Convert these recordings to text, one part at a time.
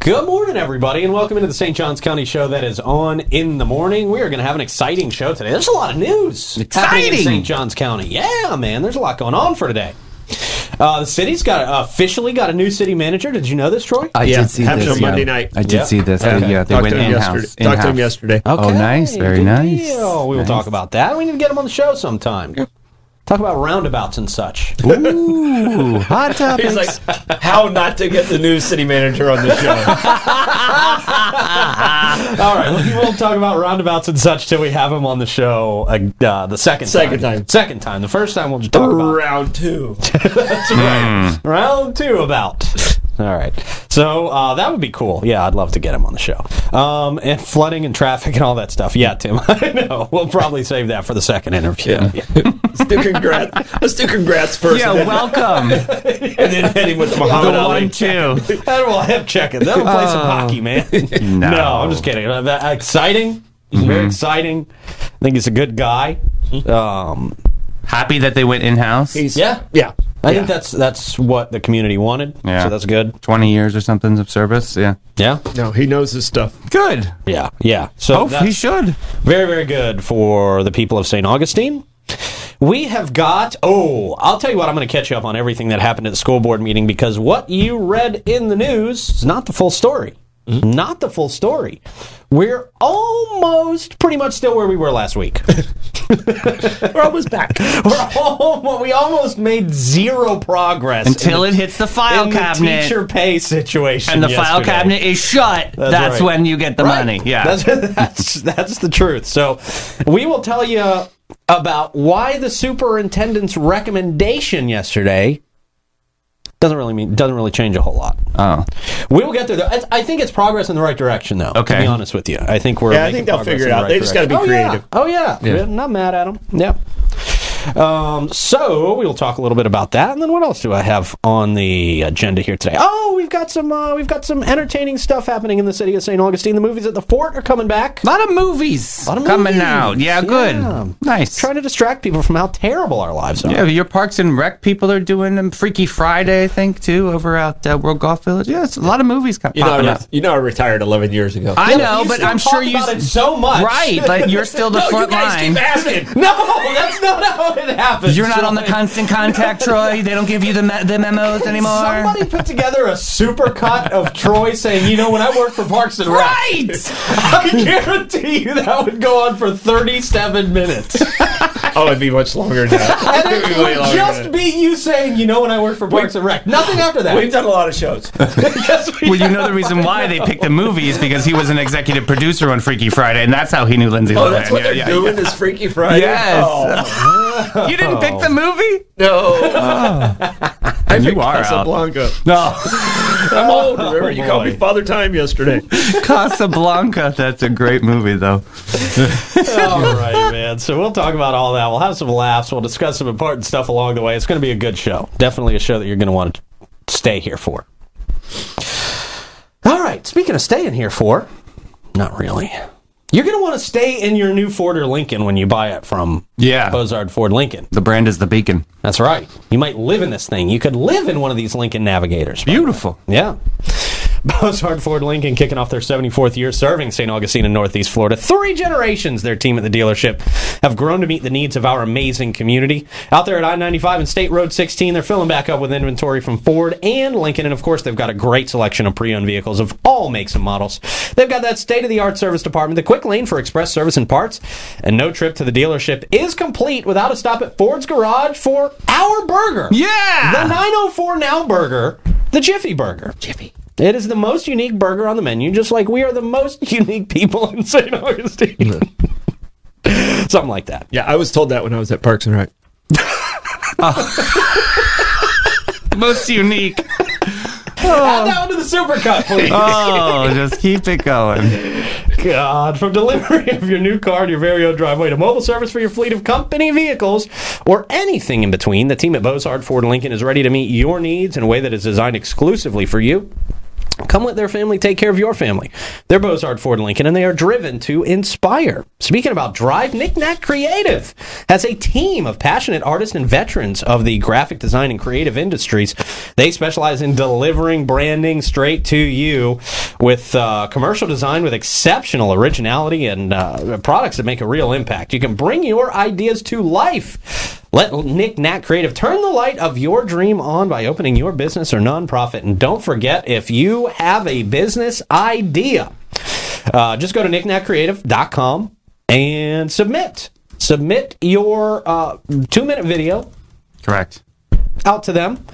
Good morning, everybody, and welcome into the St. Johns County Show that is on in the morning. We are going to have an exciting show today. There's a lot of news happening in Exciting. St. Johns County. Yeah, man, there's a lot going on for today. Uh, the city's got officially got a new city manager. Did you know this, Troy? I Yeah, did see happened this on yeah. Monday night. I did Yeah. see this. They, yeah, they Talked went to him in house. yesterday. Talked to him yesterday. Oh, nice. Very good nice. deal. We will Nice. talk about that. We need to get him on the show sometime. Talk about roundabouts and such. Ooh, hot topics. He's like, how not to get the new city manager on the show? All right, we won't talk about roundabouts and such till we have him on the show uh, uh, the second Second time. Second time. The first time we'll just talk about Round two. round two about. All right. So uh, that would be cool. Yeah, I'd love to get him on the show. Um, and flooding and traffic and all that stuff. Yeah, Tim, I know. We'll probably save that for the second interview. Yeah. Let's do congrats. Let's do congrats first, yeah, and, then, welcome. and then hit him with the Muhammad Ali. two. That will hip check it. That'll play some hockey, man. No. I'm just kidding. Uh, that- exciting. He's very exciting. I think he's a good guy. Um, Happy that they went in house. He's- yeah. yeah. I think that's that's what the community wanted. Yeah. So that's good. Twenty years or something of service. Yeah, Yeah. No, he knows his stuff. good. Yeah. Yeah. So Oh, he that's should. very, very good for the people of St. Augustine. We have got, oh, I'll tell you what, I'm going to catch you up on everything that happened at the school board meeting because what you read in the news is not the full story. Mm-hmm. Not the full story. We're almost pretty much still where we were last week. We're almost back. We're almost, we almost made zero progress in Till the- it hits the file in cabinet the teacher pay situation. and the file yesterday. cabinet is shut. right. That's, when you get the money. Yeah. That's, that's that's the truth. So we will tell you about why the superintendent's recommendation yesterday doesn't really mean doesn't really change a whole lot. oh, We will get there. Though. I- I think it's progress in the right direction, though. To Okay. be honest with you, I think we're. Yeah, I making think they'll progress figure in it the out. right they just got to be direction. creative. Oh yeah. Yeah. Yeah, Not mad at them. Yeah. Um, so we'll talk a little bit about that, and then what else do I have on the agenda here today? Oh, we've got some uh, we've got some entertaining stuff happening in the city of St. Augustine. The movies at the Fort are coming back. a lot of movies lot of coming movies. out. Yeah, good. Yeah. Nice. Trying to distract people from how terrible our lives are. Yeah, your Parks and Rec people are doing them. Freaky Friday, I think, too, over at uh, World Golf Village. Yeah, it's a lot of movies co- You know, I popping re- up. you know, I retired 11 years ago. I but know, you but still I'm talk sure you about it so much. right? Like you're still the no, you front guys line. keep asking. No, that's not how it happens. You're not on the Troy. constant contact, Troy. They don't give you the me- the memos anymore. Somebody put together a super cut of Troy saying, you know, when I worked for Parks and Rec, right? I guarantee you that would go on for 37 minutes. And Oh, it'd be much longer than that. it It'd be way would longer just than that. be you saying, you know, when I worked for Parks and Rec. Nothing after that. We've done a lot of shows. Yes, we Well, you know the reason why they picked the movies because he was an executive producer on Freaky Friday, and that's how he knew Lindsay Oh, Lohan. that's what they're doing is Freaky Friday. Yes. Oh, You didn't pick the movie? no. I You picked are out. Casablanca. Oh, No, I'm old. Remember, you called me boy. Father Time yesterday. Casablanca. That's a great movie, All though. right, man. So we'll talk about all that. We'll have some laughs. We'll discuss some important stuff along the way. It's going to be a good show. Definitely a show that you're going to want to stay here for. All right. Speaking of staying here for, not really. You're going to want to stay in your new Ford or Lincoln when you buy it from Yeah. Bozard Ford Lincoln. The brand is the Beacon. That's right. You might live in this thing. You could live in one of these Lincoln Navigators. Beautiful. Yeah. Bozard Ford Lincoln kicking off their 74th year serving St. Augustine in Northeast Florida. Three generations, their team at the dealership, have grown to meet the needs of our amazing community. Out there at I 95 and State Road 16, they're filling back up with inventory from Ford and Lincoln. And of course, they've got a great selection of pre owned vehicles of all makes and models. They've got that state of the art service department, the quick lane for express service and parts. And no trip to the dealership is complete without a stop at Ford's Garage for our burger. The Yeah. 904 Now Burger, the Jiffy Burger. Jiffy. It is the most unique burger on the menu, just like we are the most unique people in St. Augustine. Something like that. Yeah, I was told that when I was at Parks and Rec. Most unique. Add that one to the supercut, please. Oh, just keep it going. God. From delivery of your new car to your very own driveway to mobile service for your fleet of company vehicles or anything in between, the team at Bozard Ford Lincoln is ready to meet your needs in a way that is designed exclusively for you. Come let their family take care of your family. They're Bozard Ford Lincoln, and they are driven to inspire. Speaking about drive, Knickknack Creative has a team of passionate artists and veterans of the graphic design and creative industries. They specialize in delivering branding straight to you. with uh, commercial design with exceptional originality and uh, products that make a real impact. You can bring your ideas to life. Let Nick Nat Creative turn the light of your dream on by opening your business or nonprofit. And don't forget, if you have a business idea, uh, just go to nicknatcreative.com and submit. Submit your uh, two minute video Correct. out to them,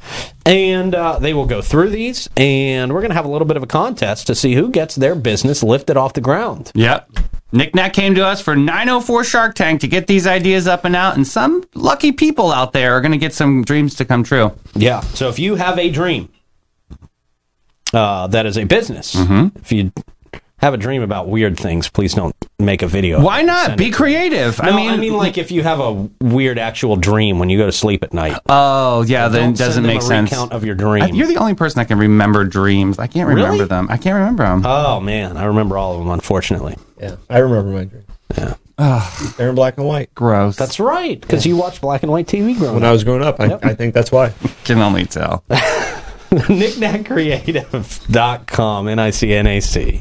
and uh, they will go through these. And we're going to have a little bit of a contest to see who gets their business lifted off the ground. Yep. Nick Nack came to us for 904 Shark Tank to get these ideas up and out, and some lucky people out there are going to get some dreams to come true. Yeah. So if you have a dream uh, that is a business, Mm-hmm. if you have a dream about weird things, please don't make a video. Why not? Be creative. No, I mean, like if you have a weird actual dream when you go to sleep at night, oh yeah, then don't it doesn't send them a make sense. Recount of your dream. I- You're the only person that can remember dreams. I can't remember Really? them. I can't remember them. oh man, I remember all of them. Unfortunately, Yeah, I remember my dream. Yeah, they're in black and white. Gross. that's right because you watched black and white TV growing When I was growing up, I, I think that's why. can only tell. knickknackcreative.com, N-I-C-N-A-C.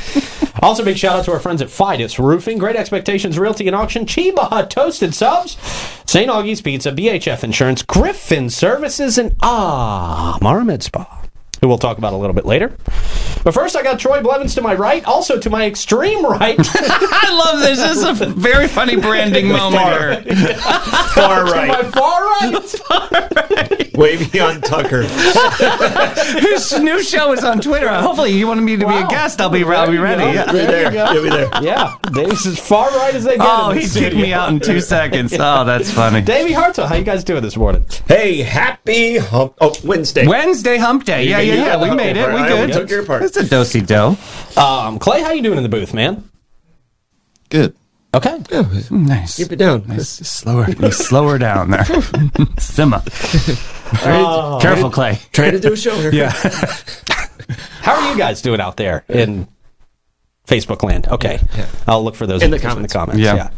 also, big shout out to our friends at Fidus Roofing, Great Expectations Realty and Auction, Chiba Toasted Subs, St. Augie's Pizza, BHF Insurance, Griffin Services, and Ah, Maramed Spa, who we'll talk about a little bit later. But first, I got Troy Blevins to my right, also to my extreme right. I love this. This is a very funny branding moment here. Far my right, far right. way beyond Tucker. This new show is on Twitter. Hopefully, you wanted me to be Wow. a guest. I'll be, There I'll be you ready. go. Yeah. You'll be there. You'll be there. Yeah, Dave's as far right as they get. Oh, in the he kicked studio. me out in two seconds. Oh, that's funny. Davey Hartzell, how you guys doing this morning? Hey, happy hump. Oh, Wednesday. Wednesday hump day. Yeah, yeah, you yeah. got We the made it. hump We day part. I good. took your part. It's a dosey do. Um, Clay, how you doing in the booth, man? Good. Okay. Nice. Keep it down. It's just slower. You slow her down there. Simma. Careful, Clay. Trying to do a show here. Oh. Yeah. How are you guys doing out there in Facebook land? Okay. I'll look for those In the answers comments. Yeah.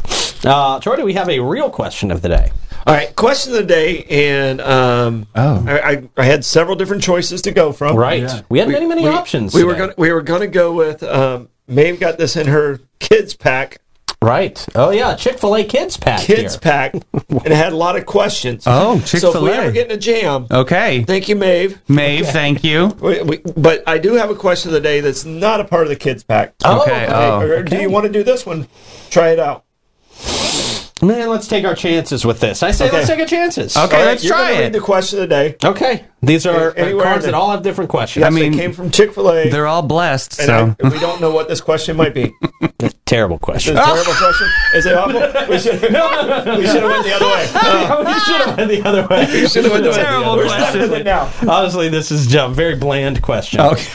Uh, Troy, do we have a real question of the day? All right. Question of the day, and um, Oh. I, I, I had several different choices to go from. Right. Yeah. We had many, many options. We were today. gonna we were gonna go with um, Maeve got this in her kids pack Right. Oh, yeah. Chick fil A kids pack. kids here. pack and it had a lot of questions. Oh, So if we Chick-fil-A. ever get in a jam, Okay. thank you, Maeve. Maeve, thank you. We, we, but I do have a question of the day that's not a part of the kids pack. Oh, Okay, okay. oh. Or Do you want to do this one? Try it out. Man, let's take our chances with this. I say, Okay. let's take our chances. Okay, All right, let's you're try gonna it. Read the question of the day. Okay. These are Anywhere in uh, cards there. that all have different questions. Yes, I mean, mean, came from Chick Fil A. They're all blessed. And So I- we don't know what this question might be. Terrible Is question. it a terrible question? Is it awful? We should have went the other way. Uh, we should have went the other way. we should have went the other way. Terrible We're stuck question. with it now. Honestly, this is a very bland question. okay.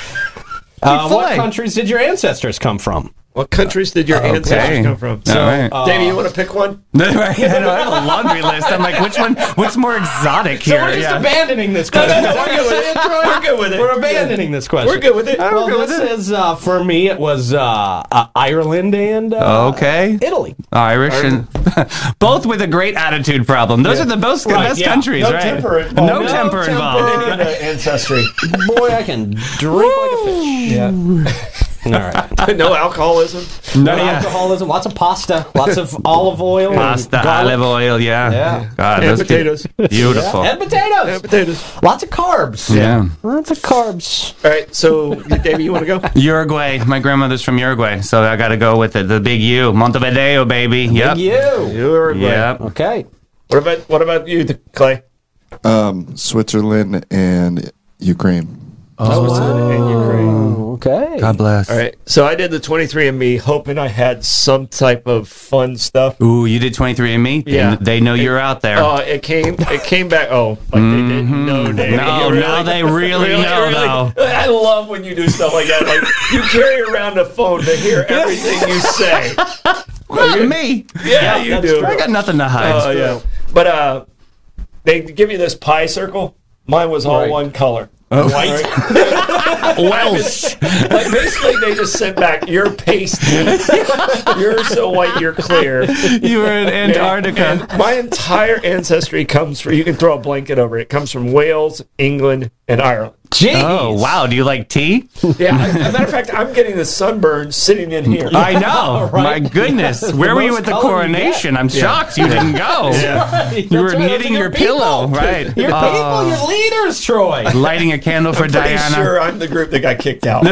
Uh, what Chick-fil-A. countries did your ancestors come from? What countries did your ancestors come from? all right. uh, Davey, you want to pick one? Right, I know, I have a laundry list. I'm like, which one? What's more exotic So here? we're just Yeah. abandoning this question. no, we're good with it. We're good with it. We're abandoning this question. We're good with it. Well, We're good this with is uh, for me. It was uh, uh, Ireland and uh, Okay. Italy. Irish and both with a great attitude problem. Those are the most Right, best yeah. countries, No right? temper no, involved. No temper temper. involved. And, uh, ancestry. Boy, I can drink like a fish. Yeah. All right. no alcoholism. No, yeah. Alcoholism. Lots of pasta. Lots of olive oil. and Pasta, garlic, olive oil, yeah. Yeah. God, And those people- potatoes. Beautiful. and potatoes. Yeah, potatoes. Lots of carbs. Yeah. Lots of carbs. All right. So, Davey, you want to go? Uruguay. My grandmother's from Uruguay, so I got to go with it. The big U, Montevideo, baby. Yep. You. Uruguay. Yep. Okay. What about what about you, th- Clay? Um, Switzerland and Ukraine. And Ukraine. Okay. God bless. All right. So I did the 23andMe, hoping I had some type of fun stuff. Ooh, you did 23andMe? They- Yeah. They, know you're out there. Oh, it came. It came back. Oh, like they didn't know. Mm-hmm. Davey. No, You really- now they really know, though. I love when you do stuff like that. Like you carry around a phone to hear everything you say. Not me. Yeah, you that's do. true. I got nothing to hide. Oh yeah. But uh, they give you this pie circle. Mine was all Right. one color. White. Welsh. Like basically, they just sent back you're pasty. you're so white, you're clear. You were in Antarctica. My entire ancestry comes from. You can throw a blanket over it. Comes from Wales, England, and Ireland. Jeez. Oh wow! Do you like tea? Yeah. I- As a matter of fact, I'm getting a sunburn sitting in here. I know. right. My goodness, where were you most at the color you coronation? I'm shocked you didn't go. You were That's right, knitting those are your pillow, people. right? Your Uh, people, your leaders, Troy. lighting a candle for Pretty Diana. sure I'm the group that got kicked out.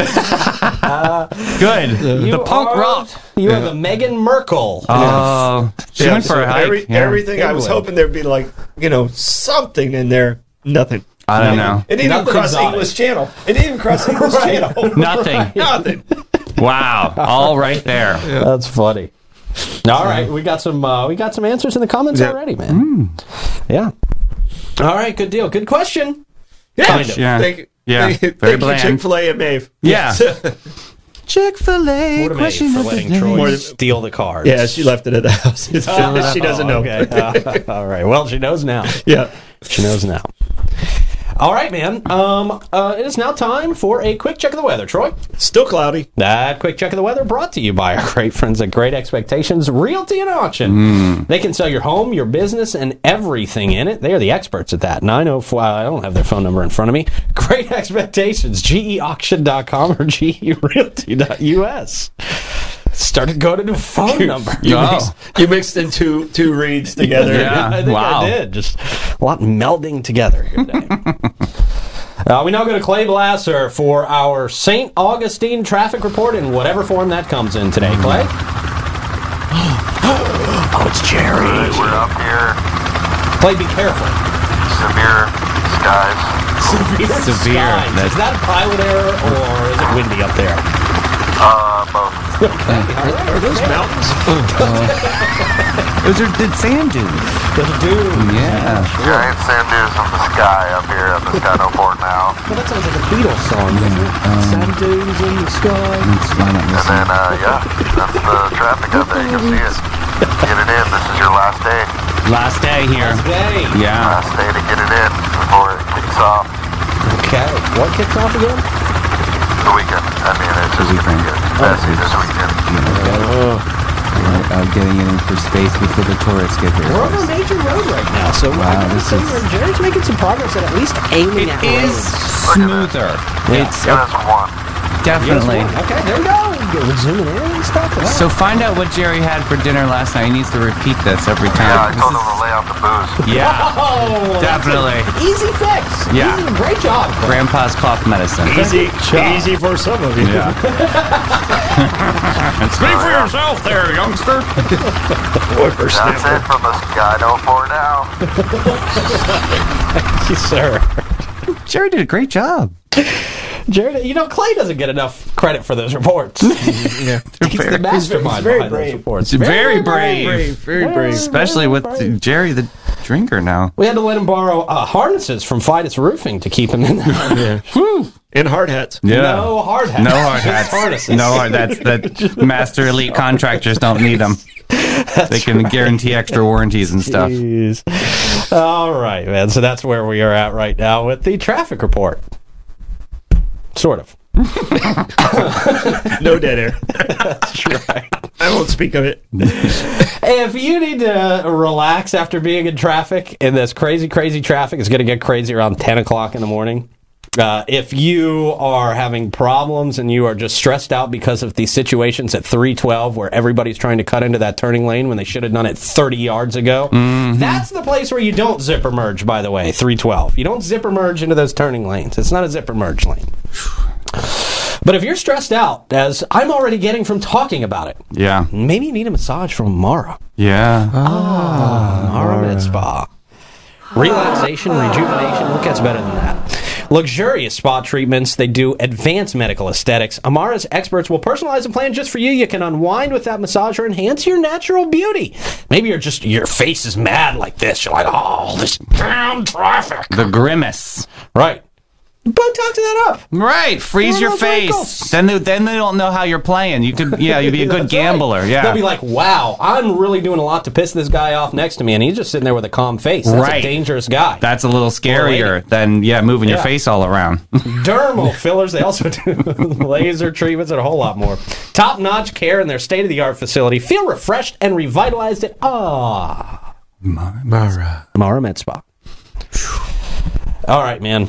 Good. You the punk are- rock. You are the Meghan Merkel. Oh, she went for so a hike. every- yeah. Everything I was England. hoping there'd be like you know something in there. Nothing. I don't know. It didn't even Nothing cross exotic. English Channel. It didn't even cross English Channel. Nothing. Nothing. Wow. All right there. That's funny. All right, we got some uh, we got some answers in the comments Yeah. already, man. Yeah. All right, good deal. Good question. Yeah. Kind of. Yeah. Thank you. Yeah. Thank you, Very thank you bland. Chick Fil A and Maeve. Yeah. Chick Fil A. What a mate for letting Troy More than- steal the cards. Oh, yeah, she left it at the house. It's- she doesn't know. Okay. Uh, all right. Well, she knows now. Oh, Yeah. She knows now. All right, man. Um, uh, it is now time for a quick check of the weather, Troy. Still cloudy. That quick check of the weather brought to you by our great friends at Great Expectations Realty and Auction. They can sell your home, your business, and everything in it. They are the experts at that. 904, I don't have their phone number in front of me. Great Expectations, E geauction.com or E gerealty.us. Started going to a phone number. Oh, You mixed in two two reads together. Yeah. I think Wow. I did. Just a lot melding together here today. uh, we now go to Clay Blasser for our St. Augustine traffic report in whatever form that comes in today. Clay? oh, it's Jerry. We're up here, Clay, be careful. severe skies. Severe. Severe. skies. Is That's- that a pilot error or is it windy up there? Uh, both. Are those mountains? those are did sand dunes. There's a Mm. dude. Yeah. Giant sand dunes in the sky up here at the Shadow Fort now. Well, that sounds like a Beatles song, doesn't it? um, Sand dunes in the sky. And then, uh, yeah, that's the traffic up there. You can see it. Get it in. This is your last day. Last day here. Hey. Yeah. Last day to get it in before it kicks off Okay. What kicks off again? the weekend. I mean, it's just going to get messy this weekend. of uh, getting in for space before the tourists get here. We're over a major road right now, so Wow, wow, this this is... Jared's making some progress at at least aiming at Is roads. smoother. It's Yeah, that's one. definitely. Okay, there we go. We're zooming in and stuff. Wow. So find out what Jerry had for dinner last night. He needs to repeat this every Yeah, I time. told them to lay out the booze. Yeah. oh, that's Definitely. a easy fix. Yeah. Easy- great job. Clay. Grandpa's cough medicine. Easy, job. easy for some of you. Speak for yourself there, youngster. That's Whippersnapper. it from the Skydo Fort now. Thank you, sir. Jerry did a great job. Jared, you know Clay doesn't get enough credit for those reports. He's the mastermind very behind brave. those reports. Mm, Very brave. very brave. Especially with Jerry the drinker now. We had to let him borrow uh, harnesses from Fidus Roofing to keep him in. there. And hard hats. Yeah. No hard hats. No hard Just hats. harnesses. No hard hats. That master elite contractors don't need them. they can guarantee extra warranties and stuff. Jeez. All right, man. So that's where we are at right now with the traffic report. Sort of. No dead air. I won't speak of it. If you need to relax after being in traffic, and this crazy, crazy traffic is going to get crazy around 10 o'clock in the morning. Uh, if you are having problems and you are just stressed out because of the situations at 312 where everybody's trying to cut into that turning lane when they should have done it 30 yards ago, that's the place where you don't zipper merge, by the way, 312. You don't zipper merge into those turning lanes. It's not a zipper merge lane. But if you're stressed out, as I'm already getting from talking about it, Yeah. maybe you need a massage from Mara. Yeah. Mara Med Spa. Relaxation, rejuvenation, what gets better than that? Luxurious spa treatments. They do advanced medical aesthetics. Amara's experts will personalize a plan just for you. You can unwind with that massage or enhance your natural beauty. Maybe you're just your face is mad like this. You're like, oh, this damn traffic. the grimace. Right. Botox that up. Right. Freeze Throw your those face. wrinkles. Then they, then they don't know how you're playing. You could yeah, you'd be a That's good right. gambler. Yeah. They'll be like, wow, I'm really doing a lot to piss this guy off next to me, and he's just sitting there with a calm face. That's a Right. dangerous guy. That's a little scarier than yeah, moving Yeah. your face all around. dermal fillers. They also do laser treatments and a whole lot more. Top notch care in their state of the art facility. Feel refreshed and revitalized at Ah Mara Med Spa. All right, man.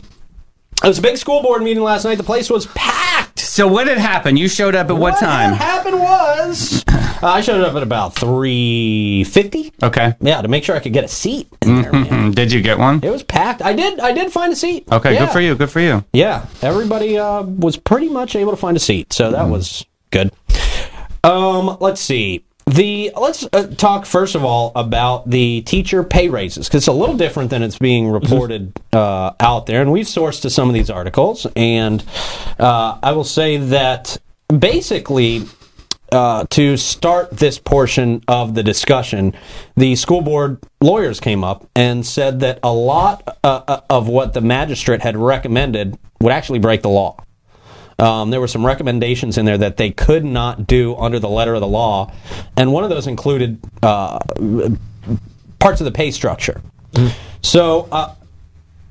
It was a big school board meeting last night. The place was packed. So what had happened? You showed up at what, What time? happened was uh, I showed up at about three fifty. Okay. Yeah, to make sure I could get a seat in there. Man. Mm, Did you get one? It was packed. I did. I did find a seat. Okay, yeah. good for you. Good for you. Yeah, everybody uh, was pretty much able to find a seat, so that was good. Um, let's see. The let's uh, talk first of all about the teacher pay raises because it's a little different than it's being reported uh, out there, and we've sourced to some of these articles, and uh, I will say that basically uh, to start this portion of the discussion, the school board lawyers came up and said that a lot uh, uh, of what the magistrate had recommended would actually break the law. Um, there were some recommendations in there that they could not do under the letter of the law, and one of those included uh, parts of the pay structure. So uh,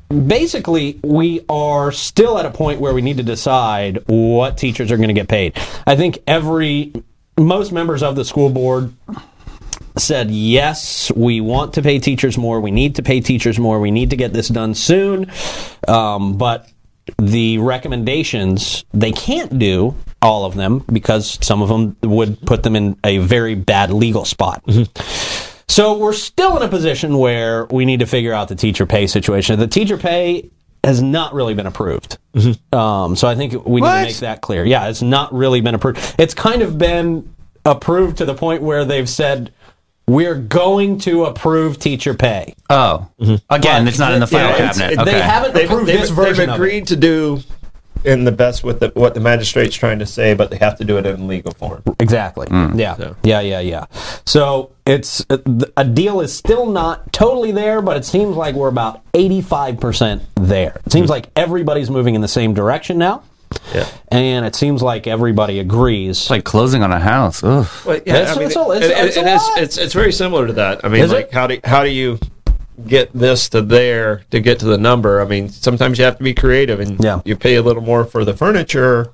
basically, we are still at a point where we need to decide what teachers are going to get paid. I think every most members of the school board said yes we want to pay teachers more we need to pay teachers more we need to get this done soon um, but the recommendations they can't do all of them because some of them would put them in a very bad legal spot so we're still in a position where we need to figure out the teacher pay situation the teacher pay has not really been approved um, so i think we need What? to make that clear yeah it's not really been approved it's kind of been approved to the point where they've said we're going to approve teacher pay. Oh, Mm-hmm. again, But- it's not in the file Yeah, it's- cabinet. it- okay. They haven't They've, approved they've- this they've version of agreed it. to do in the best with the, what the magistrate's trying to say, but they have to do it in legal form. Exactly. Yeah. Mm. Yeah. Yeah. Yeah. So it's uh, th- a deal is still not totally there, but it seems like we're about eighty-five percent there. It seems like everybody's moving in the same direction now, Yeah. and it seems like everybody agrees. It's like closing on a house. Ugh. Well, yeah, That's- I mean, that's all- it- it's- it- it's a it is- lot. it's- it's very similar to that. I mean, Is it? like how do how do you get this to there to get to the number? I mean, sometimes you have to be creative, and Yeah. you pay a little more for the furniture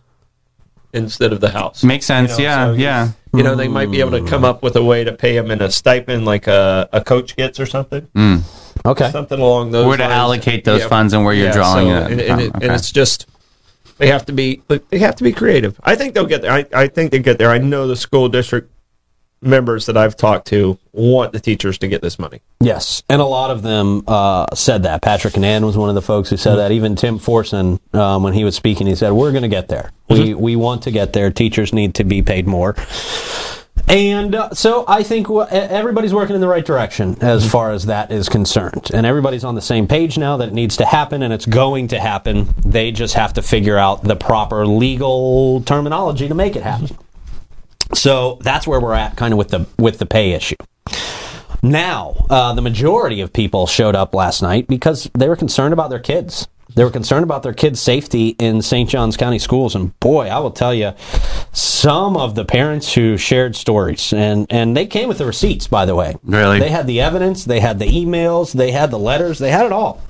instead of the house. Makes sense. You yeah, know, so yeah. You know, they might be able to come up with a way to pay them in a stipend, like a, a coach gets or something, Okay. something along those. Where to lines. allocate those funds and where you're drawing it. And, and, it, Oh, and okay. it's just they have to be they have to be creative. I think they'll get there. I, I think they get there. I know the school district members that I've talked to want the teachers to get this money. Yes, and a lot of them uh, said that. Patrick Annan was one of the folks who said that. Even Tim Forson, um, when he was speaking, he said, "We're going to get there. We we want to get there. Teachers need to be paid more." And uh, so I think w- everybody's working in the right direction as far as that is concerned, and everybody's on the same page now that it needs to happen, and it's going to happen. They just have to figure out the proper legal terminology to make it happen. So that's where we're at, kind of with the with the pay issue. Now, uh, the majority of people showed up last night because they were concerned about their kids. They were concerned about their kids' safety in St. John's County schools, and boy, I will tell you, some of the parents who shared stories, and and they came with the receipts, by the way. Really? they had the evidence, they had the emails, they had the letters, they had it all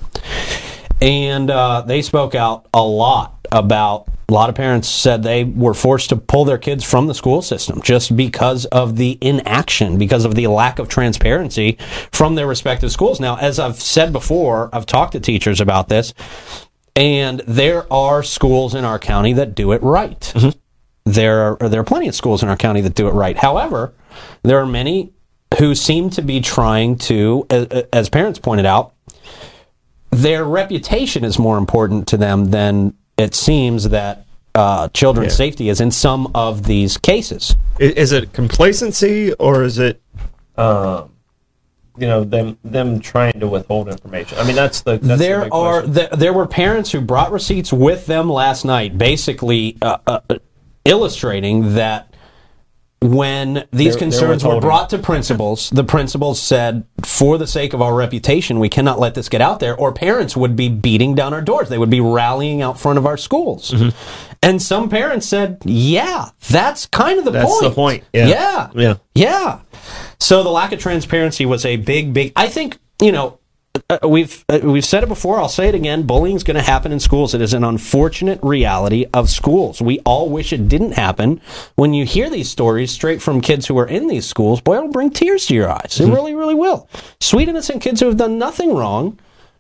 and uh, they spoke out a lot about a lot of parents said they were forced to pull their kids from the school system just because of the inaction because of the lack of transparency from their respective schools now as i've said before i've talked to teachers about this and there are schools in our county that do it right there are there are plenty of schools in our county that do it right. However, there are many who seem to be trying to, as, as parents pointed out, their reputation is more important to them than it seems that uh, children's safety is in some of these cases. I- Is it complacency or is it, um, you know, them them trying to withhold information? I mean, that's the that's the big there are question. th- there were parents who brought receipts with them last night, basically uh, uh, illustrating that when these They're- concerns they're were withholding. brought to principals, the principals said, "For the sake of our reputation, we cannot let this get out there." Or parents would be beating down our doors; they would be rallying out front of our schools. Mm-hmm. And some parents said, "Yeah, that's kind of the That's point." the point, yeah. yeah, Yeah. yeah. So the lack of transparency was a big, big. I think you know uh, we've uh, we've said it before. I'll say it again. Bullying's going to happen in schools. It is an unfortunate reality of schools. We all wish it didn't happen. When you hear these stories straight from kids who are in these Mm-hmm. schools, boy, it'll bring tears to your eyes. It really, really will. Sweet innocent kids who have done nothing wrong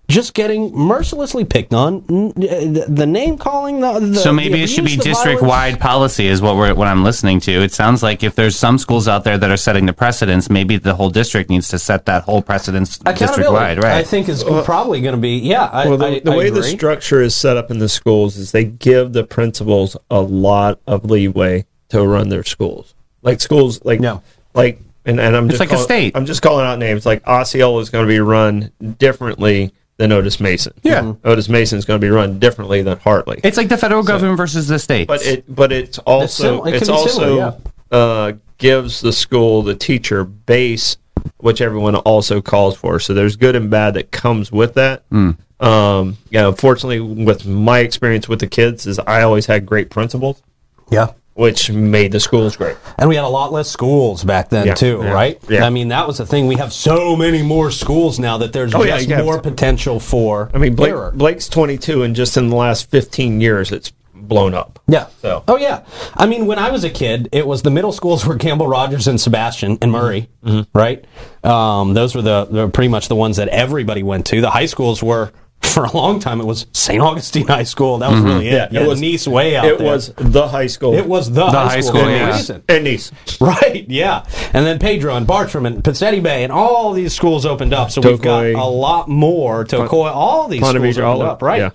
just getting mercilessly picked on. N- uh, The name calling, the, the So maybe the it should abuse, be the district violence. wide policy, is what we're what I'm listening to. It sounds like if there's some schools out there that are setting the precedence, maybe the whole district needs to set that whole precedence district Accountability, wide, right? I think is probably going to be yeah. I, Well, the, I- the I way the agree. structure is set up in the schools is they give the principals a lot of leeway to run their schools. Like schools, like No. like, and, and I'm just like a call- state. I'm just calling out names. Like Osceola is going to be run differently than Otis Mason. Yeah. Mhm. Otis Mason is going to be run differently than Hartley. it's like the federal government versus the states. but it but it's also similar- it can it's be also similar, uh, gives the school the teacher base which everyone also calls for so there's good and bad that comes with that Hmm. um yeah unfortunately with my experience with the kids is i always had great principals yeah. which made the schools great And we had a lot less schools back then Yeah, too, yeah, right? yeah. I mean, that was the thing. We have so many more schools now that there's Oh, yeah, just you have more to- potential for i mean blake, error. blake's 22 and just in the last 15 years it's blown up Yeah. So- Oh yeah. I mean, when I was a kid, it was the middle schools were Campbell Rogers and Sebastian and Murray, right? Um, those were the the- pretty much the ones that everybody went to. The high schools were. For a long time, it was St. Augustine High School. That was really it. Yeah, it it was was- Nice way out it there. was the high school it was the, high, high school. school, for a yeah. reason. and nice Right, yeah. And then Pedro and Bartram and Pizzetti Bay and all these schools opened up. So we've got Tokoi. a lot more. Tokoi, all these Ponte schools Vedra, opened all up, of- right? yeah.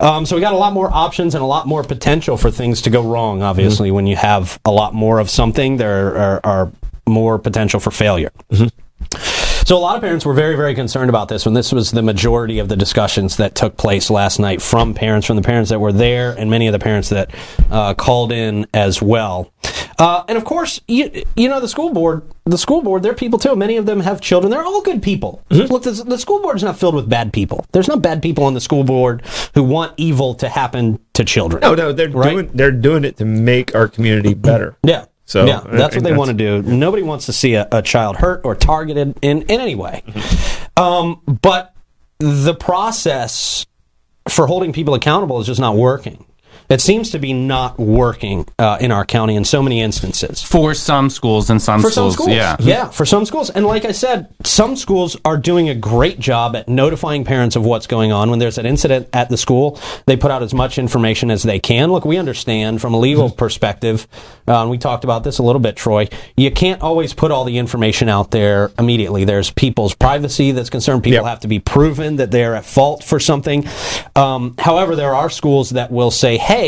Um, so we got a lot more options and a lot more potential for things to go wrong, obviously. Mm-hmm. When you have a lot more of something, there are, are more potential for failure. So a lot of parents were very, very concerned about this when this was the majority of the discussions that took place last night from parents, from the parents that were there, and many of the parents that uh, called in as well. Uh, and of course, you, you know the school board. The school board, they're people too. Many of them have children. They're all good people. Look, the, the school board is not filled with bad people. There's not bad people on the school board who want evil to happen to children. no no they're Oh, Right. doing they're doing it to make our community better Yeah. So, yeah, I that's what think they that's- want to do. Nobody wants to see a, a child hurt or targeted in, in any way. Mm-hmm. Um, but the process for holding people accountable is just not working. It seems to be not working uh, in our county in so many instances for some schools and some, for some schools. yeah. for some schools. And like I said, some schools are doing a great job at notifying parents of what's going on. When there's an incident at the school, they put out as much information as they can. Look, we understand from a legal perspective, uh, and we talked about this a little bit, Troy. You can't always put all the information out there immediately. There's people's privacy that's concerned. People Yep. have to be proven that they're at fault for something. Um, however, there are schools that will say, hey,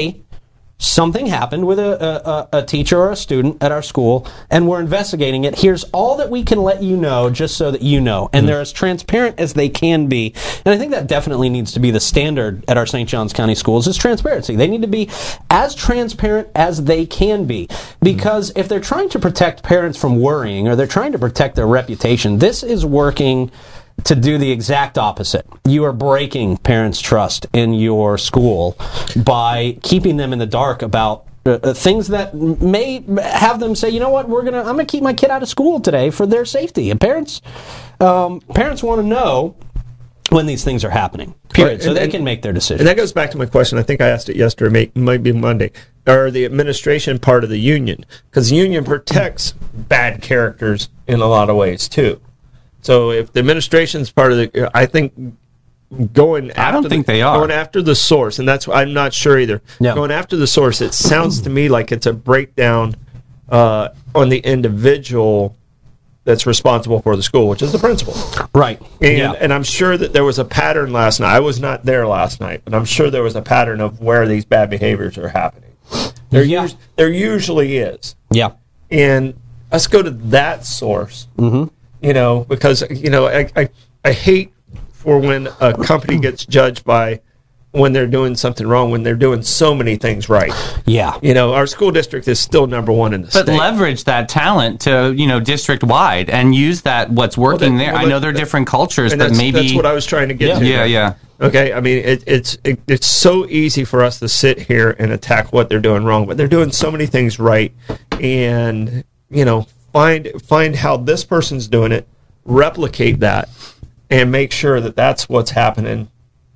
something happened with a, a, a- a teacher or a student at our school and we're investigating it here's all that we can let you know just so that you know and they're as transparent as they can be and i think that definitely needs to be the standard at our st john's county schools is transparency they need to be as transparent as they can be because if they're trying to protect parents from worrying or they're trying to protect their reputation this is working to do the exact opposite. You are breaking parents' trust in your school by keeping them in the dark about uh, uh, things that m- may have them say, you know what, we're gonna, I'm gonna keep my kid out of school today for their safety. And parents, um, parents want to know when these things are happening. Period. so and- they and- can make their And decision. that goes back to my question. I think I asked it yesterday, may, might be Monday. Are the administration part of the union? Because the union protects bad characters in a lot of ways too. So if the administration's part of the, I think going. After don't the- think they are. going after the source, and that's I'm not sure either. Yeah. Going after the source, it sounds to me like it's a breakdown uh, on the individual that's responsible for the school, which is the principal. right. And, yeah. and I'm sure that there was a pattern last night. I was not there last night, but I'm sure there was a pattern of where these bad behaviors are happening. There, Yeah. us- there usually is. yeah. And let's go to that source, mm-hmm. you know, because, you know, I, I, I hate for when a company gets judged by when they're doing something wrong, when they're doing so many things right. Yeah. You know, our school district is still number one in the But state. leverage that talent to you know district wide and use that what's working that- there. well, I know that- there are that- different cultures, and but that's, maybe that's what I was trying to get Yeah. to. yeah yeah. Okay, I mean it, it's it, it's so easy for us to sit here and attack what they're doing wrong, but they're doing so many things right, and you know find find how this person's doing it, replicate that, and make sure that that's what's happening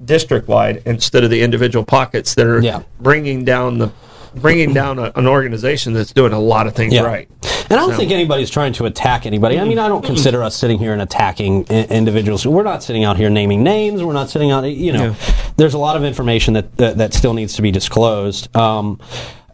district wide instead of the individual pockets that are Yeah. bringing down the bringing down a, an organization that's doing a lot of things Yeah. right. And I don't think anybody's trying to attack anybody. I mean, I don't consider us sitting here and attacking i- individuals. We're not sitting out here naming names. We're not sitting out, you know, there's a lot of information that, that, that still needs to be disclosed. Um,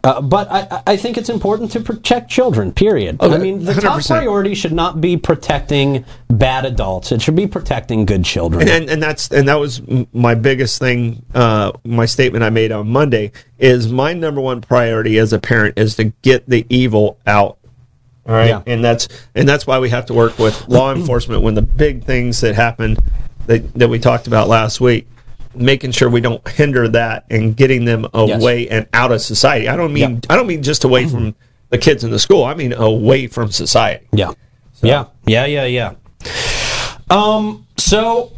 uh, but I, I- I think it's important to protect children, period. I mean, the top 100%. priority should not be protecting bad adults. It should be protecting good children. and and that's and that was m- my biggest thing. Uh, my statement I made on Monday is my number one priority as a parent is to get the evil out. All right, Yeah. and that's and that's why we have to work with law enforcement when the big things that happen that that we talked about last week. Making sure we don't hinder that and getting them away and out of society. I don't mean I don't mean just away from the kids in the school. I mean away from society. Yeah. Yeah. Yeah. Yeah. Yeah. Um. So.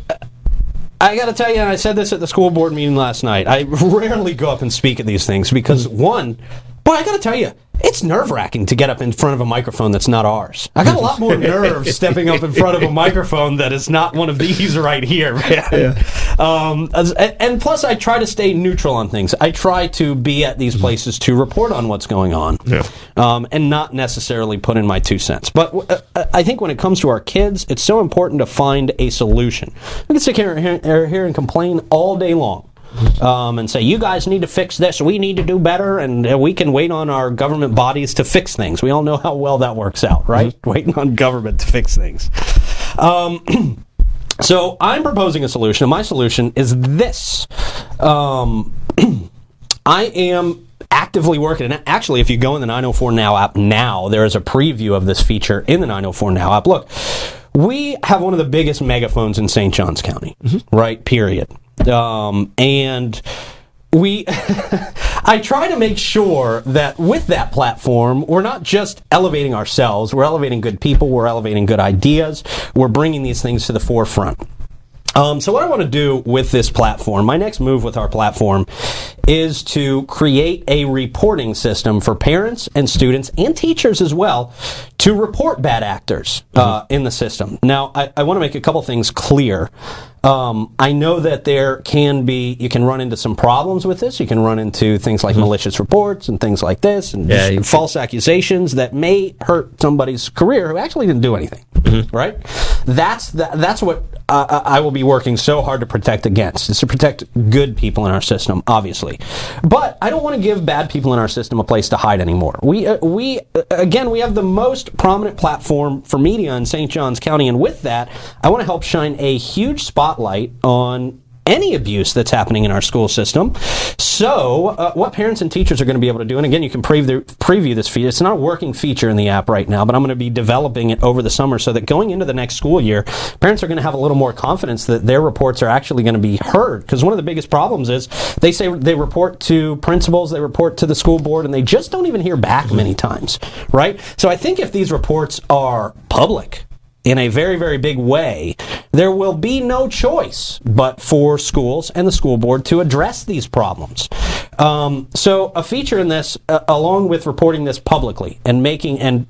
I got to tell you, and I said this at the school board meeting last night. I rarely go up and speak at these things because one, but I got to tell you, it's nerve wracking to get up in front of a microphone that's not ours. I got a lot more nerve stepping up in front of a microphone that is not one of these right here, man. Um, as- and, and plus, I try to stay neutral on things. I try to be at these places to report on what's going on, um, and not necessarily put in my two cents. But uh, I think when it comes to our kids, it's so important to find a solution. We can sit here, here, here and complain all day long. Um, and say you guys need to fix this. We need to do better, and uh, we can wait on our government bodies to fix things. We all know how well that works out, right? Waiting on government to fix things. Um, So I'm proposing a solution, and my solution is this. Um, I am actively working, and actually, if you go in the 904 Now app now, there is a preview of this feature in the 904 Now app. Look, we have one of the biggest megaphones in St. Johns County, right? Period. Um, and we I try to make sure that with that platform, we're not just elevating ourselves, we're elevating good people, we're elevating good ideas, we're bringing these things to the forefront. Um, so what I want to do with this platform, my next move with our platform, is to create a reporting system for parents and students and teachers as well to report bad actors Mm-hmm. uh, in the system. Now, I, I want to make a couple things clear. Um, I know that there can be you can run into some problems with this. You can run into things like malicious reports and things like this, and Mm-hmm. Yeah, you- false accusations that may hurt somebody's career who actually didn't do anything. Right? That's the, that's what uh, I I will be working so hard to protect against. Is to protect good people in our system, obviously, but I don't want to give bad people in our system a place to hide anymore. We uh, we uh, again we have the most prominent platform for media in St. Johns County, and with that, I want to help shine a huge spotlight on any abuse that's happening in our school system. So, uh, what parents and teachers are going to be able to do, and again, you can preview, preview this feature. It's not a working feature in the app right now, but I'm going to be developing it over the summer so that going into the next school year, parents are going to have a little more confidence that their reports are actually going to be heard. Because one of the biggest problems is they say they report to principals, they report to the school board, and they just don't even hear back many times, right? So, I think if these reports are public, in a very, very big way, there will be no choice but for schools and the school board to address these problems. Um, so, a feature in this, uh, along with reporting this publicly and making and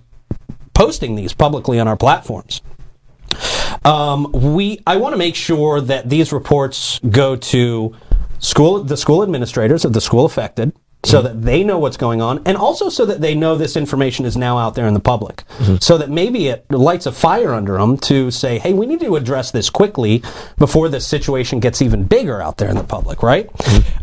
posting these publicly on our platforms, um, we I want to make sure that these reports go to school the school administrators of the school affected so that they know what's going on and also so that they know this information is now out there in the public so that maybe it lights a fire under them to say hey we need to address this quickly before this situation gets even bigger out there in the public right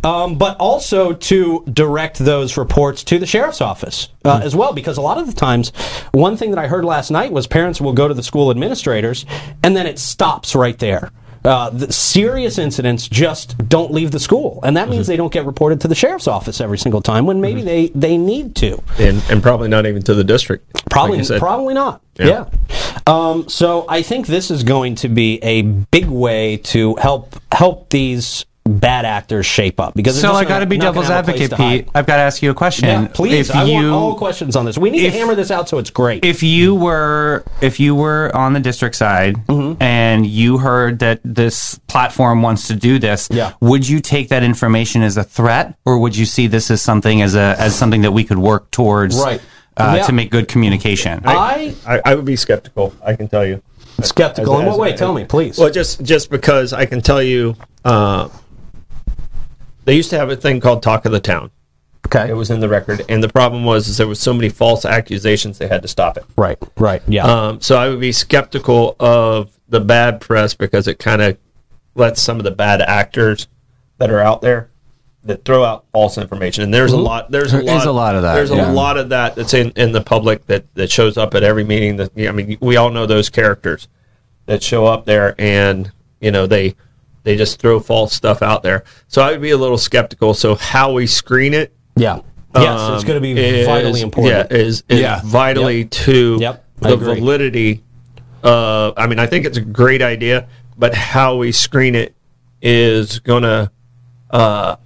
um, but also to direct those reports to the sheriff's office uh, as well because a lot of the times one thing that i heard last night was parents will go to the school administrators and then it stops right there uh, the serious incidents just don't leave the school, and that means they don't get reported to the sheriff's office every single time when maybe they, they need to. and, and probably not even to the district. Probably, like you said. probably not. Yeah. Um, so I think this is going to be a big way to help help these bad actors shape up because they're So just I not- got to be not gonna devil's have a place to advocate, hide. Pete. I've got to ask you a question. Yeah, please, If I you, want all questions on this. We need if- to hammer this out so it's great. if you were if you were on the district side Mm-hmm. and you heard that this platform wants to do this, Yeah. would you take that information as a threat, or would you see this as something as a as something that we could work towards Right. uh, Yeah. to make good communication? I I, I would be skeptical. I can tell you. skeptical. As- in what as- way? Tell me, please. Well, just just because I can tell you, uh, they used to have a thing called Talk of the Town, Okay. It was in the record, and the problem was is there was so many false accusations they had to stop it. Right, right, yeah. Um, so I would be skeptical of the bad press because it kind of lets some of the bad actors that are out there that throw out false information. And there's a lot. There's a There lot, is a lot of that, There's yeah. a lot of that that's in, in the public that that shows up at every meeting. That I mean, we all know those characters that show up there, and you know they they just throw false stuff out there. So I would be a little skeptical. So how we screen it yeah. yes, it's um, going to be is- vitally important. Yeah, is, is Yeah. vitally Yep. to Yep, I the agree. validity. Uh, I mean, I think it's a great idea, but how we screen it is going to uh,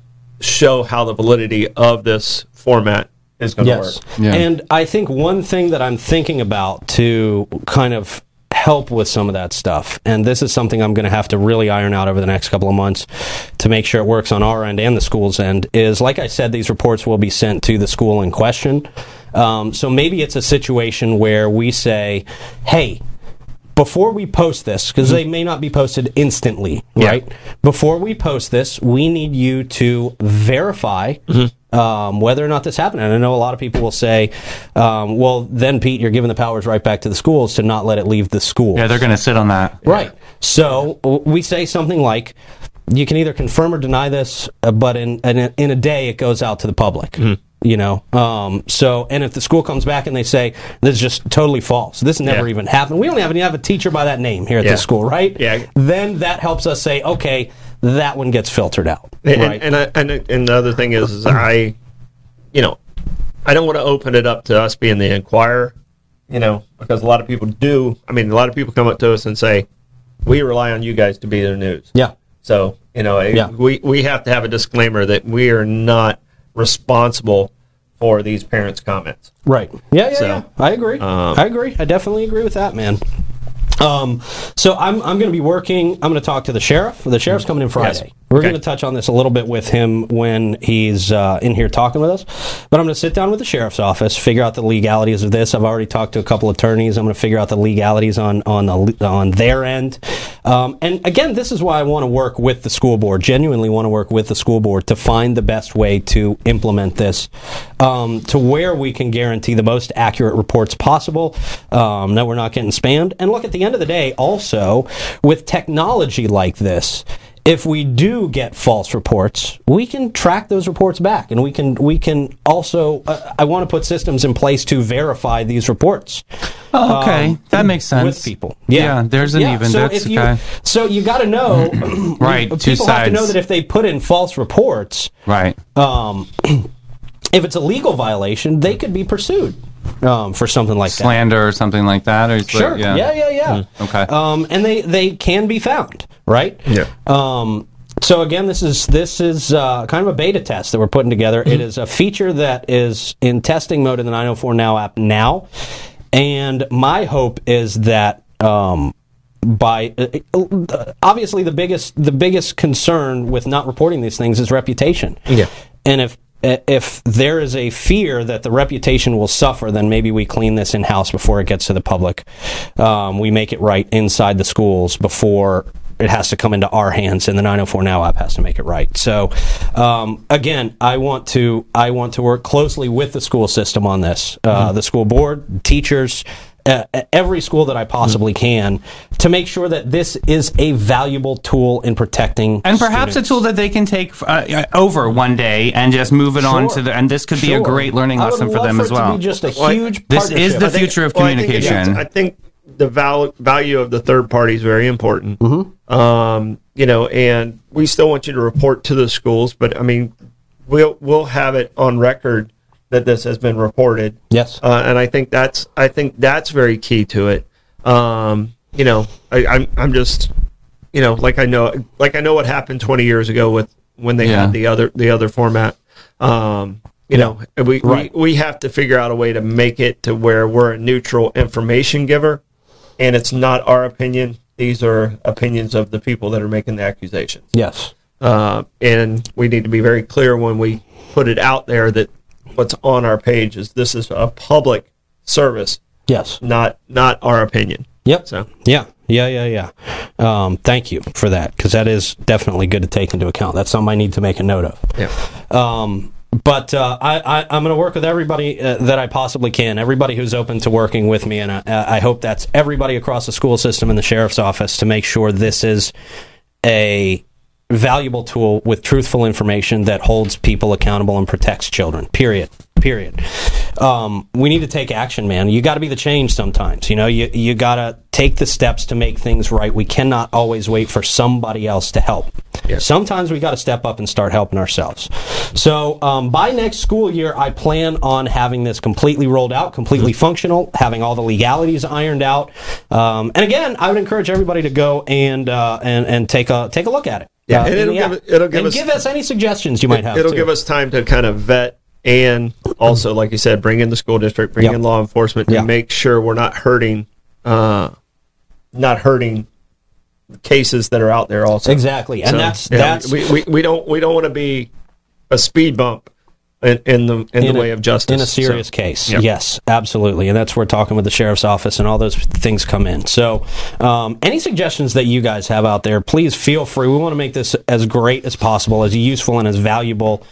show how the validity of this format is going to Yes. work. Yeah. And I think one thing that I'm thinking about to kind of help with some of that stuff, and this is something I'm going to have to really iron out over the next couple of months to make sure it works on our end and the school's end, is like I said, these reports will be sent to the school in question. Um, so maybe it's a situation where we say, hey, before we post this, because they may not be posted instantly, right? Before we post this, we need you to verify um, whether or not this happened. And I know a lot of people will say, um, well, then, Pete, you're giving the powers right back to the schools to not let it leave the school. Yeah, they're going to sit on that. Right. So w- we say something like, you can either confirm or deny this, uh, but in, in, in a day it goes out to the public. Mm-hmm. You know, um, so and if the school comes back and they say this is just totally false, this never Yeah. even happened. We don't even have a teacher by that name here at Yeah. this school, right? Yeah. Then that helps us say, okay, that one gets filtered out, And, right? and, I, and and the other thing is, is I, you know, I don't want to open it up to us being the inquirer, you know, because a lot of people do. I mean, a lot of people come up to us and say, "We rely on you guys to be their news." yeah. So you know, it- Yeah. we we have to have a disclaimer that we are not responsible for these parents' comments. Right. Yeah, yeah, So, um, yeah. I agree. I agree. I definitely agree with that, man. Um, so I'm I'm going to be working. I'm going to talk to the sheriff. The sheriff's coming in Friday. Mm-hmm. Yes. We're Okay. going to touch on this a little bit with him when he's uh, in here talking with us. But I'm going to sit down with the sheriff's office, figure out the legalities of this. I've already talked to a couple attorneys. I'm going to figure out the legalities on on the, on their end. Um, and again, this is why I want to work with the school board. Genuinely want to work with the school board to find the best way to implement this um, to where we can guarantee the most accurate reports possible. Um, no, we're not getting spammed. And look, at the end of the day, also with technology like this if we do get false reports, we can track those reports back, and we can we can also. Uh, I want to put systems in place to verify these reports Oh, okay, that makes sense. um, with people. Yeah, there's an Yeah, even. So that's if you, okay. So you got to know, Right, People two have to know sides. that if they put in false reports, Right. um, if it's a legal violation, they could be pursued um, for something like that. Slander or something like that. Or it's like- Sure. yeah. Yeah. Yeah. Mm, Okay. Um, and they they can be found, right? Yeah. Um, so again, this is this is uh, kind of a beta test that we're putting together. It is a feature that is in testing mode in the 904 Now app now, and my hope is that. Um, by uh, uh, obviously the biggest the biggest concern with not reporting these things is reputation. Yeah. And if Uh, if there is a fear that the reputation will suffer, then maybe we clean this in house before it gets to the public. Um, we make it right inside the schools before it has to come into our hands, and the 904 Now app has to make it right. So, um, again, I want to I want to work closely with the school system on this, uh, Mm-hmm. the school board, teachers, uh, every school that I possibly Mm-hmm. can, to make sure that this is a valuable tool in protecting and perhaps students. a tool that they can take uh, uh, over one day and just move it on Sure. to the. And this could be a Sure. great learning I would lesson for love them for as it to well. be just a Well, I- huge This is the partnership. future. of I think it is. communication. I think, the val- value of the third party is very important. Mm-hmm. Um, you know, and we still want you to report to the schools, but I mean, we'll we'll have it on record that this has been reported. Yes. uh, and I think that's I think that's very key to it. Um, you know, I, I'm I'm just you know like I know like I know what happened 20 years ago with when they Yeah. had the other the other format. Um, you know, we, Right. we we have to figure out a way to make it to where we're a neutral information giver, and it's not our opinion. These are opinions of the people that are making the accusations, Yes. uh, and we need to be very clear when we put it out there that what's on our page is this is a public service, Yes. not not our opinion. Yep. So. Yeah. Yeah. Yeah. Yeah. Um, thank you for that because that is definitely good to take into account. That's something I need to make a note of. Yeah. Um, But uh, I, I, I'm going to work with everybody uh, that I possibly can, everybody who's open to working with me, and I, I hope that's everybody across the school system and the sheriff's office to make sure this is a valuable tool with truthful information that holds people accountable and protects children. Period. Period. Um, we need to take action, man. You got to be the change sometimes. You know, you you got to take the steps to make things right. We cannot always wait for somebody else to help. Sometimes we got to step up and start helping ourselves. So um, by next school year, I plan on having this completely rolled out, completely Mm-hmm. functional, having all the legalities ironed out. Um, and again, I would encourage everybody to go and uh, and and take a take a look at it. Yeah, Uh, and in it'll the give app. it- it'll give And us- give us any suggestions you might have. It'll too. give us time to kind of vet and also, like you said, bring in the school district, bring Yep. in law enforcement, Yeah. and make sure we're not hurting, uh, not hurting cases that are out there. Also, exactly, and So, that's yeah, that's we, we, we don't we don't want to be a speed bump in, in the in, the a- way of justice in a So, serious case. Yep. Yes, absolutely, and that's where talking with the sheriff's office and all those things come in. So, um, any suggestions that you guys have out there, please feel free. We want to make this as great as possible, as useful and as valuable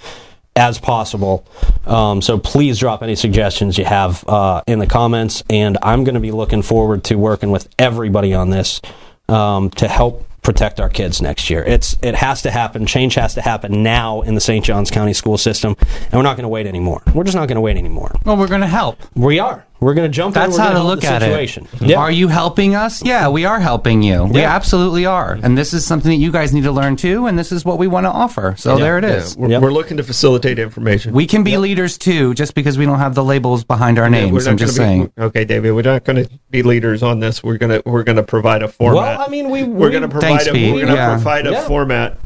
as possible. Um, so please drop any suggestions you have uh, in the comments, and I'm going to be looking forward to working with everybody on this um, to help protect our kids next year. It's it has to happen. Change has to happen now in the St. Johns County school system, and we're not going to wait anymore. We're just not going to wait anymore. Well, we're going to help. We are. We're going to jump. in, That's we're how gonna to help look the at situation. it. Are you helping us? Yeah, we are helping you. We Yeah. absolutely are. And this is something that you guys need to learn too. And this is what we want to offer. So there it yeah, is. we're, Yep. we're looking to facilitate information. We can be leaders too, just because we don't have the labels behind our Yeah, names. I'm gonna just be, saying. Okay, David, we're not going to be leaders on this. We're gonna we're gonna provide a format. I mean, we- we're we- gonna provide Thanks, a, Pete. we're gonna Yeah. provide a Yeah. format.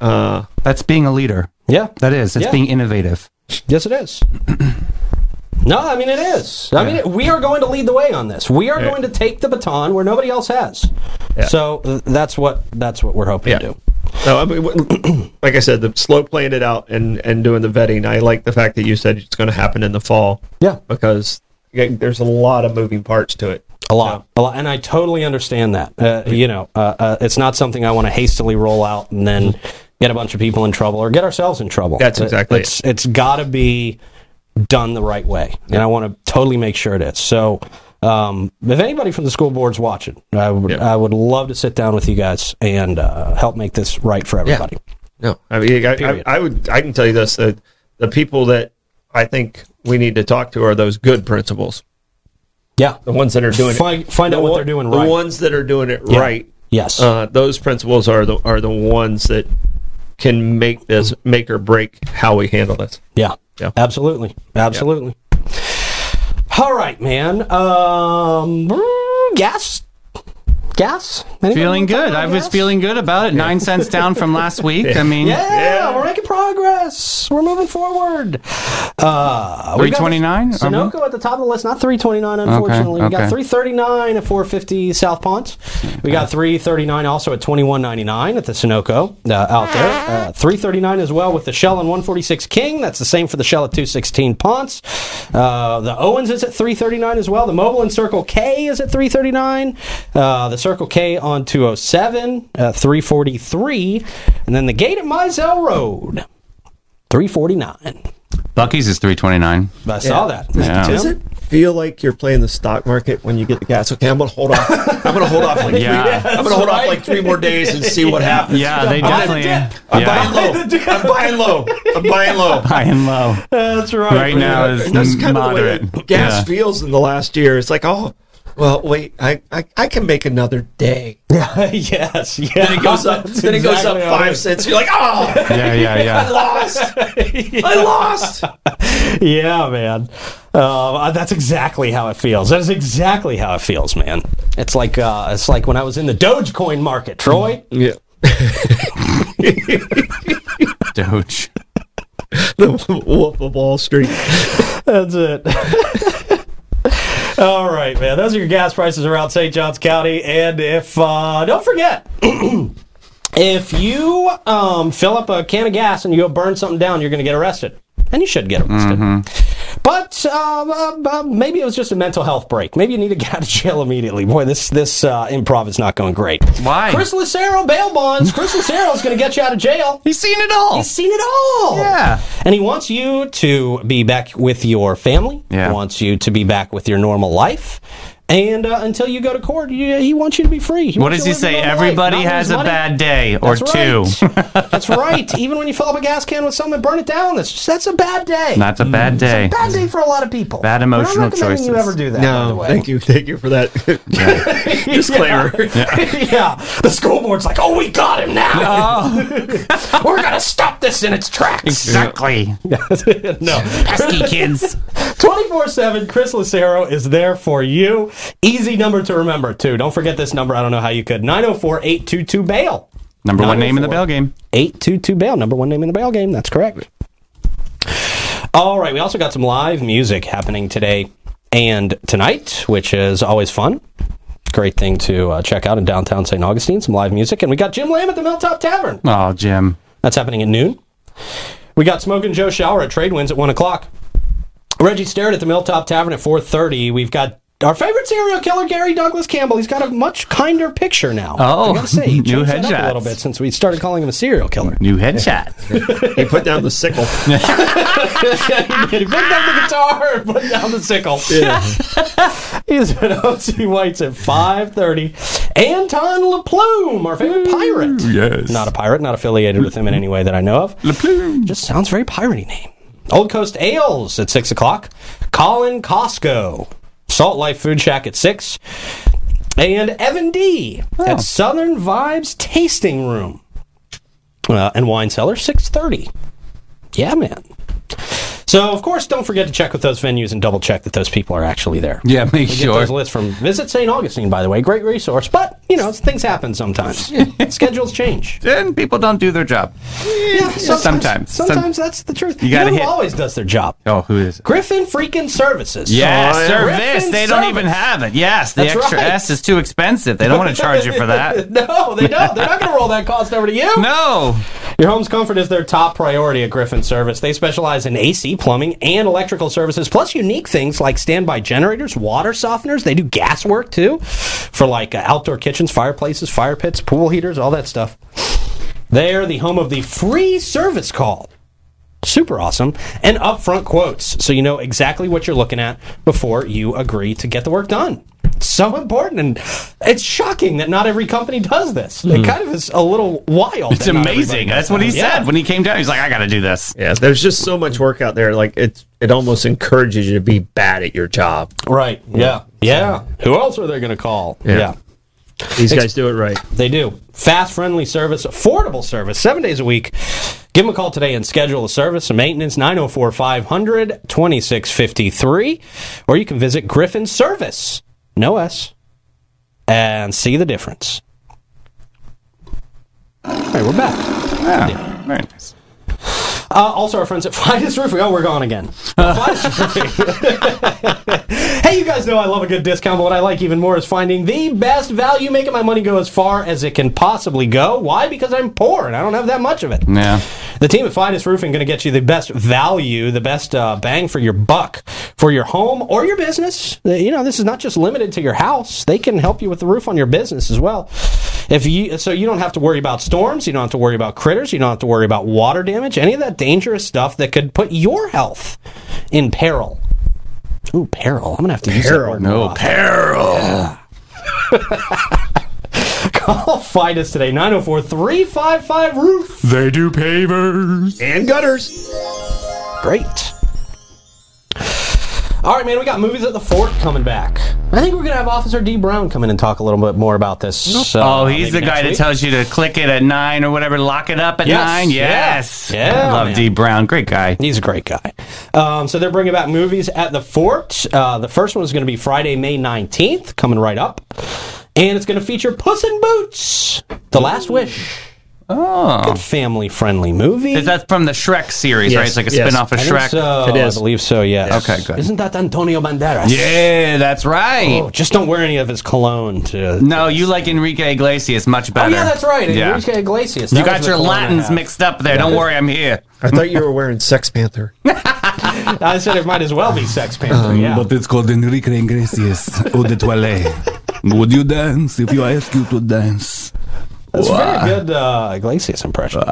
Uh, That's being a leader. yeah, That is. It's Yeah. being innovative. Yes, it is. No, I mean it is. I mean, it, we are going to lead the way on this. We are Yeah. going to take the baton where nobody else has. Yeah. So th- that's what that's what we're hoping to do. no, I mean, w- like I said, the slow playing it out and and doing the vetting. I like the fact that you said it's going to happen in the fall. Yeah. because yeah, there's a lot of moving parts to it. A lot, a lot, and I totally understand that. Uh, you know, uh, uh, it's not something I want to hastily roll out and then get a bunch of people in trouble or get ourselves in trouble. That's It- exactly it. It's it's got to be done the right way, and I want to totally make sure it is. So, um, if anybody from the school board's watching, I would Yeah. I would love to sit down with you guys and uh, help make this right for everybody. No, I mean, I, I, Period. I would. I can tell you this: that the people that I think we need to talk to are those good principals, Yeah, the ones that are doing Find- it, find the out what one- they're doing The right. ones that are doing it right. Yes. uh, those principles are the are the ones that can make this make or break how we handle this. Yeah. Yeah. Absolutely. Absolutely. All right, man. Um, gas. Gas. Anybody Feeling wanna talk good. about I was gas? feeling good about it. Nine cents down from last week. I mean, Yeah, Yeah. we're making progress. We're moving forward. Uh, we've got 329? Sunoco at the top of the list. Not 329, unfortunately. We got Uh-huh. okay. 339 at 450 South Ponce. We got 339 also at 2199 at the Sunoco uh, out there. Uh, 339 as well with the Shell on 146 King. That's the same for the Shell at 216 Ponce. Uh, the Owens is at 339 as well. The Mobile and Circle K is at 339. Uh, the Circle K on 207 at 343. And then the gate at Mizell Road. 349. Bucky's is 329. I saw that. Yeah. Does it feel like you're playing the stock market when you get the gas? Okay, I'm gonna hold off. I'm gonna hold off like Yeah. three, I'm gonna hold off like three more days and see what happens. Yeah, they definitely. dip. I'm Yeah. buying low. I'm buying low. I'm buying low. Buying low. That's Right now is That's kind moderate. of the way that gas Yeah. feels in the last year. It's like, oh, well, wait, I, I, I can make another day. yes. Yeah. Then it goes up. That's then it goes up exactly how it five is. cents. You're like, oh, Yeah, yeah, I yeah. lost. I lost. Yeah, man. Uh, that's exactly how it feels. That is exactly how it feels, man. It's like uh, it's like when I was in the Dogecoin market, Troy. Yeah. Doge. the Wolf of Wall Street. That's it. All right, man. Those are your gas prices around St. Johns County. And if, uh, don't forget, if you um, fill up a can of gas and you go burn something down, you're going to get arrested. And you should get arrested. But um, um, um, maybe it was just a mental health break. Maybe you need to get out of jail immediately. Boy, this this uh, improv is not going great. Why? Chris Lucero bail bonds. Chris Lucero's going to get you out of jail. He's seen it all. He's seen it all. Yeah. And he wants you to be back with your family. Yeah. He wants you to be back with your normal life. And uh, until you go to court, you, he wants you to be free. what does he say? Everybody has a bad day or two. Right. that's right. Even when you fill up a gas can with something and burn it down, that's just, that's a bad day. That's a bad day. bad day for Mm. a lot of people. Bad emotional But I'm not recommending you choices. ever do that. by the No, way. thank you, thank you for that disclaimer. yeah, the school board's like, oh, we got him now. We're gonna stop this in its tracks. Exactly. no, Pesky kids. 24 7, Chris Lucero is there for you. Easy number to remember, too. Don't forget this number. I don't know how you could. 904 822 bail. Number one name in the 904. bell game. 822 bail. Number one name in the bail game. That's correct. All right. We also got some live music happening today and tonight, which is always fun. Great thing to uh, check out in downtown St. Augustine. Some live music. And we got Jim Lamb at the Milltop Tavern. Oh, Jim. That's happening at noon. We got Smoke and Joe Shower at Trade Winds at one o'clock. Reggie Starrett at the Milltop Tavern at four thirty. We've got our favorite serial killer, Gary Douglas Campbell. He's got a much kinder picture now. Oh, I gotta say, he new changed it up headshots. a little bit since we started calling him a serial killer. New headshot. He put down the sickle. he did. He picked up the guitar and put down the sickle. He's at O.C. White's at 5.30. Anton LaPlume, our favorite pirate. yes. Not a pirate, not affiliated with him in any way that I know of. LaPlume. Just sounds very piratey name. Old Coast Ales at 6 o'clock. Colin Costco. Salt Life Food Shack at 6. And Evan D. at Southern Vibes Tasting Room. Uh, and Wine Cellar, 630. Yeah, man. So, of course, don't forget to check with those venues and double check that those people are actually there. Yeah, make Get those lists from Visit St. Augustine, by the way. Great resource. But, you know, things happen sometimes. Schedules change. And people don't do their job. Yeah, sometimes. Some- Sometimes that's the truth. You gotta know who hit- always does their job? Oh, who is it? Griffin freaking services. Yeah, Oh, yeah. service. They don't even have it. Yes, the That's extra right. S is too expensive. They don't want to charge you for that. no, they don't. They're not going to roll that cost over to you. No. Your home's comfort is their top priority at Griffin Service. They specialize in AC, plumbing, and electrical services, plus unique things like standby generators, water softeners. They do gas work too, for like uh, outdoor kitchens, fireplaces, fire pits, pool heaters, all that stuff. They're the home of the free service call. Super awesome. And upfront quotes, so you know exactly what you're looking at before you agree to get the work done. So important, and it's shocking that not every company does this. It kind of is a little wild. Hmm. It's that not amazing. everybody does That's what he that. Yeah. said when he came down. He's like, I got to do this. Yeah, there's just so much work out there. Like it's it almost encourages you to be bad at your job. Right. Yeah. Yeah. Who else are they going to call? Yeah. These guys do it right. They do. Fast, friendly service, affordable service, seven days a week. Give them a call today and schedule a service and maintenance, 904 500 2653. Or you can visit Griffin Service, no S, and see the difference. All right, we're back. Yeah. Very nice. Uh, also, our friends at Finest Roofing. Oh, we're gone again. Finest Roofing. Hey, you guys know I love a good discount, but what I like even more is finding the best value, making my money go as far as it can possibly go. Why? Because I'm poor and I don't have that much of it. Yeah. The team at Finest Roofing going to get you the best value, the best uh, bang for your buck for your home or your business. Uh, You know, this is not just limited to your house. They can help you with the roof on your business as well. If you so you don't have to worry about storms, you don't have to worry about critters, you don't have to worry about water damage, any of that dangerous stuff that could put your health in peril. Ooh, peril. I'm going to have to use that word. more No often. peril. Call Fidus today, 904 355 Roof. They do pavers. And gutters. Great. All right, man, we got movies at the fort coming back. I think we're going to have Officer D. Brown come in and talk a little bit more about this. So, Oh, uh, he's maybe the next guy that week. tells you to click it at nine or whatever, lock it up at Yes. nine. Yeah. Yes. Yeah, Love man. D Brown. Great guy. He's a great guy. Um, so they're bringing back movies at the fort. Uh, the first one is going to be Friday, May 19th, coming right up. And it's going to feature Puss in Boots, The Last Wish. Oh. Family friendly movie. Is that from the Shrek series, Yes, right? It's like a yes. spin off of I think Shrek. So, It is. I believe so, yes. Okay, good. Isn't that Antonio Banderas? Yeah, that's right. Oh, just don't wear any of his cologne to No, you like Enrique Iglesias much Oh better. yeah, that's right. Yeah. Enrique Iglesias. You got your Latins mixed up there. Don't worry, I'm here. I thought you were wearing Sex Panther. I said it might as well be Sex Um, Panther. yeah. But it's called Enrique Iglesias Eau de Toilette. Would you dance if I ask you to dance? That's a very good uh, Iglesias impression.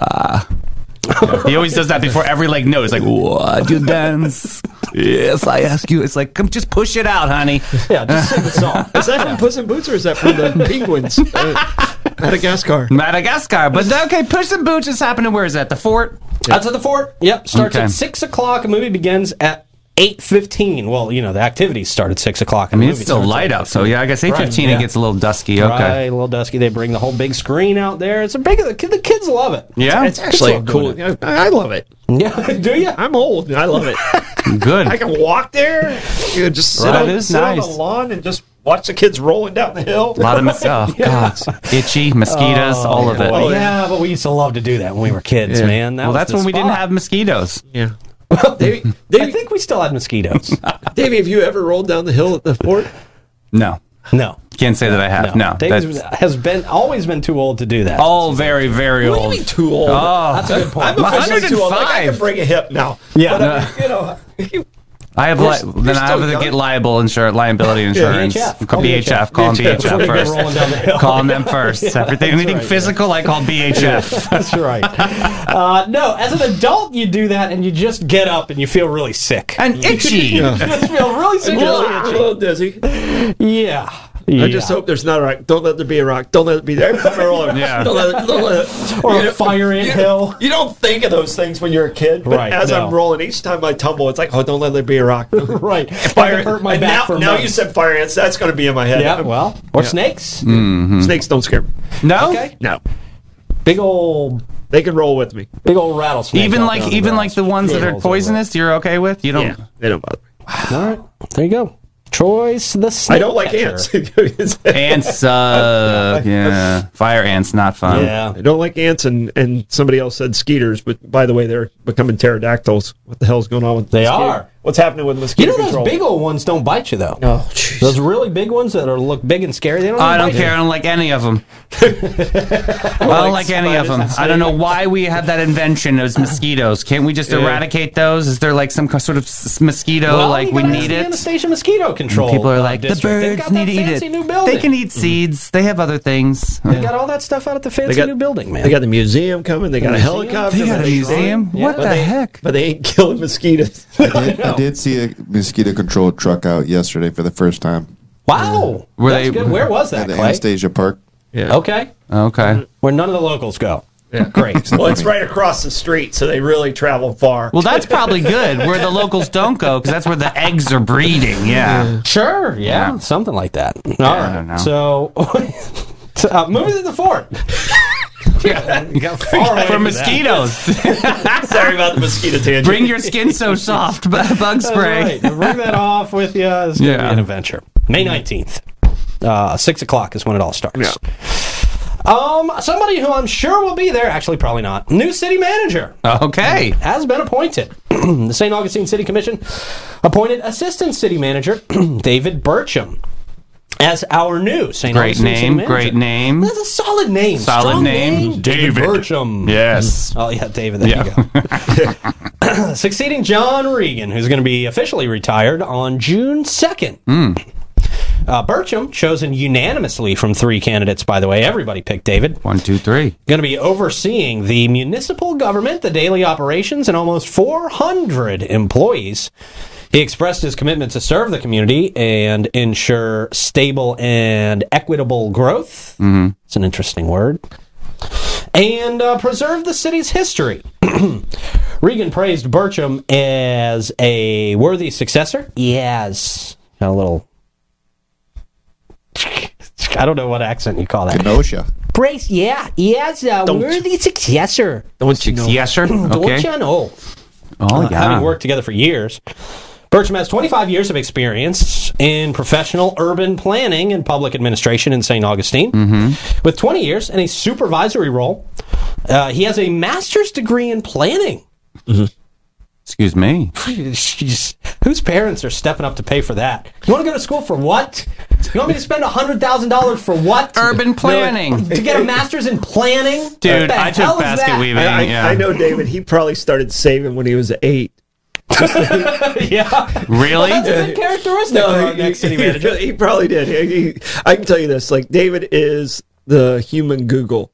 He always does that before every like no. It's like Would you dance? yes, I ask you. It's like, come, just push it out, honey. yeah, just sing the song. Is that from Puss in Boots or is that from the Penguins? Uh, Madagascar. Madagascar. But okay, push some boots. It's happening. Where is that? The fort. That's at the fort. Yep. Starts Okay. at six o'clock. The movie begins at eight fifteen. Well, you know the activities start at six o'clock. I mean, it's still light out, so yeah. I guess eight fifteen, yeah. it gets a little dusky. Okay. Right, a little dusky. They bring the whole big screen out there. It's a big. The, kid- the kids love it. Yeah. It's actually a cool. I, I love it. Yeah. Do you? I'm old. and I love it. good. I can walk there. You know, just sit, Right. on, That is sit on nice. the lawn and just watch the kids rolling down the hill. a lot of mis- oh, God. itchy mosquitoes, all of it. Well, yeah, but we used to love to do that when we were kids, man. That well, was that's the when we didn't spot. have mosquitoes. Yeah. Davey, Davey, I think we still had mosquitoes. Davey, have you ever rolled down the hill at the fort? No, no. Can't say that I have. No, No, Dave's that's has been always been too old to do that. all very, very What do you old. mean too old? Oh, that's a good point. I'm officially too old. Like, I 105. can break a hip now. Yeah. But, I mean, you know, I have li- you're then I still have to young. get liable insurance, liability insurance. VHF. Call Call BHF, call them Before BHF we go rolling first. down the hill. Call them first. Everything we need physical, I call BHF. That's right. Uh, no, as an adult, you do that and you just get up and you feel really sick. And itchy. You just feel really sick. Get a little- a little dizzy. Oh, yeah. I just hope there's not a rock. Don't let there be a rock. Don't let it be there. Every time I roll over, Yeah. Don't let it, don't let it. or a fire ant hill. you don't think of those things when you're a kid. But Right, as no. I'm rolling, each time I tumble, it's like, oh, don't let there be a rock. Right. Fire Fire hurt my and back now, for now months. you said fire ants. That's going to be in my head. Yeah, well, or snakes. Snakes don't scare me. No, Okay. No. Big old They can roll with me. big old rattlesnake. even out like there on the even grass. like the ones that are Squirrels over. poisonous, you're okay with. You don't. Yeah. They don't bother me. All right. There you go. Troy's the snake. I don't like catcher. ants. I Ants suck. yeah, fire ants not fun. Yeah. don't like ants, and, and somebody else said skeeters, but by the way, they're becoming pterodactyls. What the hell's going on with They mosquito- are. What's happening with mosquito You know those control? big old ones don't bite you though. Oh, jeez. Those really big ones that are look big and scary. They don't. I even don't bite care. I don't like any of them. I don't like any of them. I don't know why we have that invention as mosquitoes. Can't we just eradicate those? Is there like some ki- sort of s- mosquito You. Well, like you we gotta ask need the it? Anastasia mosquito control. People are uh, like the district. They've birds got need to that fancy eat New it. They building. can eat Mm-hmm. seeds. They have other things. They got all that stuff out at the fancy got- new building, man. They got the museum coming. They got a Museum? helicopter. They got a but museum. What the heck? But they ain't killing mosquitoes. I did, I did see a mosquito control truck out yesterday for the first time wow. Were That's they- good. Where was at that, the Clay? Anastasia Park. Okay. Okay. Where none of the locals go. Great. well, it's right across the street, so they really travel far. Well, that's probably good where the locals don't go because that's where the eggs are breeding. Yeah. Sure, yeah, something like that. All right, I don't know. so so, uh, moving to the fort. You got far away For from that. mosquitoes, Sorry about the mosquito tangent. bring your skin so soft. bu- Bug That's spray. right. Bring that off with you. It's gonna Yeah. Mm-hmm. be an adventure. May nineteenth, uh, six o'clock is when it all starts. Um, somebody who I'm sure will be there. Actually, probably not. New city manager. Uh. Okay. has been appointed. the St. Augustine City Commission appointed Assistant City Manager David Burcham as our new St. Great Augustine City name, Manager. great name. That's a solid name. Solid strong name. David, David. Burcham. Yes. Oh yeah, David. There you go. Succeeding John Regan, who's going to be officially retired on June second. Uh, Burcham, chosen unanimously from three candidates, by the way. Everybody picked David One, two, three. going to be overseeing the municipal government, the daily operations, and almost 400 employees. He expressed his commitment to serve the community and ensure stable and equitable growth. It's an interesting word. And uh, preserve the city's history. Regan praised Burcham as a worthy successor. Yes. A little. I don't know what accent you call that. Kenosha. Brace, yeah, yes, uh, Don't we're you- the successor. Don't you Yes, sir. Don't Okay. you know? Oh, Uh, Having worked together for years, Bertram has 25 years of experience in professional urban planning and public administration in St. Augustine. With 20 years in a supervisory role, uh, he has a master's degree in planning. Excuse me. Jeez, Whose parents are stepping up to pay for that? You want to go to school for what? You want me to spend $100,000 for what? Urban planning. to get a master's in planning? Dude, What the I hell took is basket that? weaving. I, I, yeah. I know David. He probably started saving when he was eight. yeah. Really? That's a good characteristic for our next city he, manager. he probably did. He- he- I can tell you this: like David is the human Google.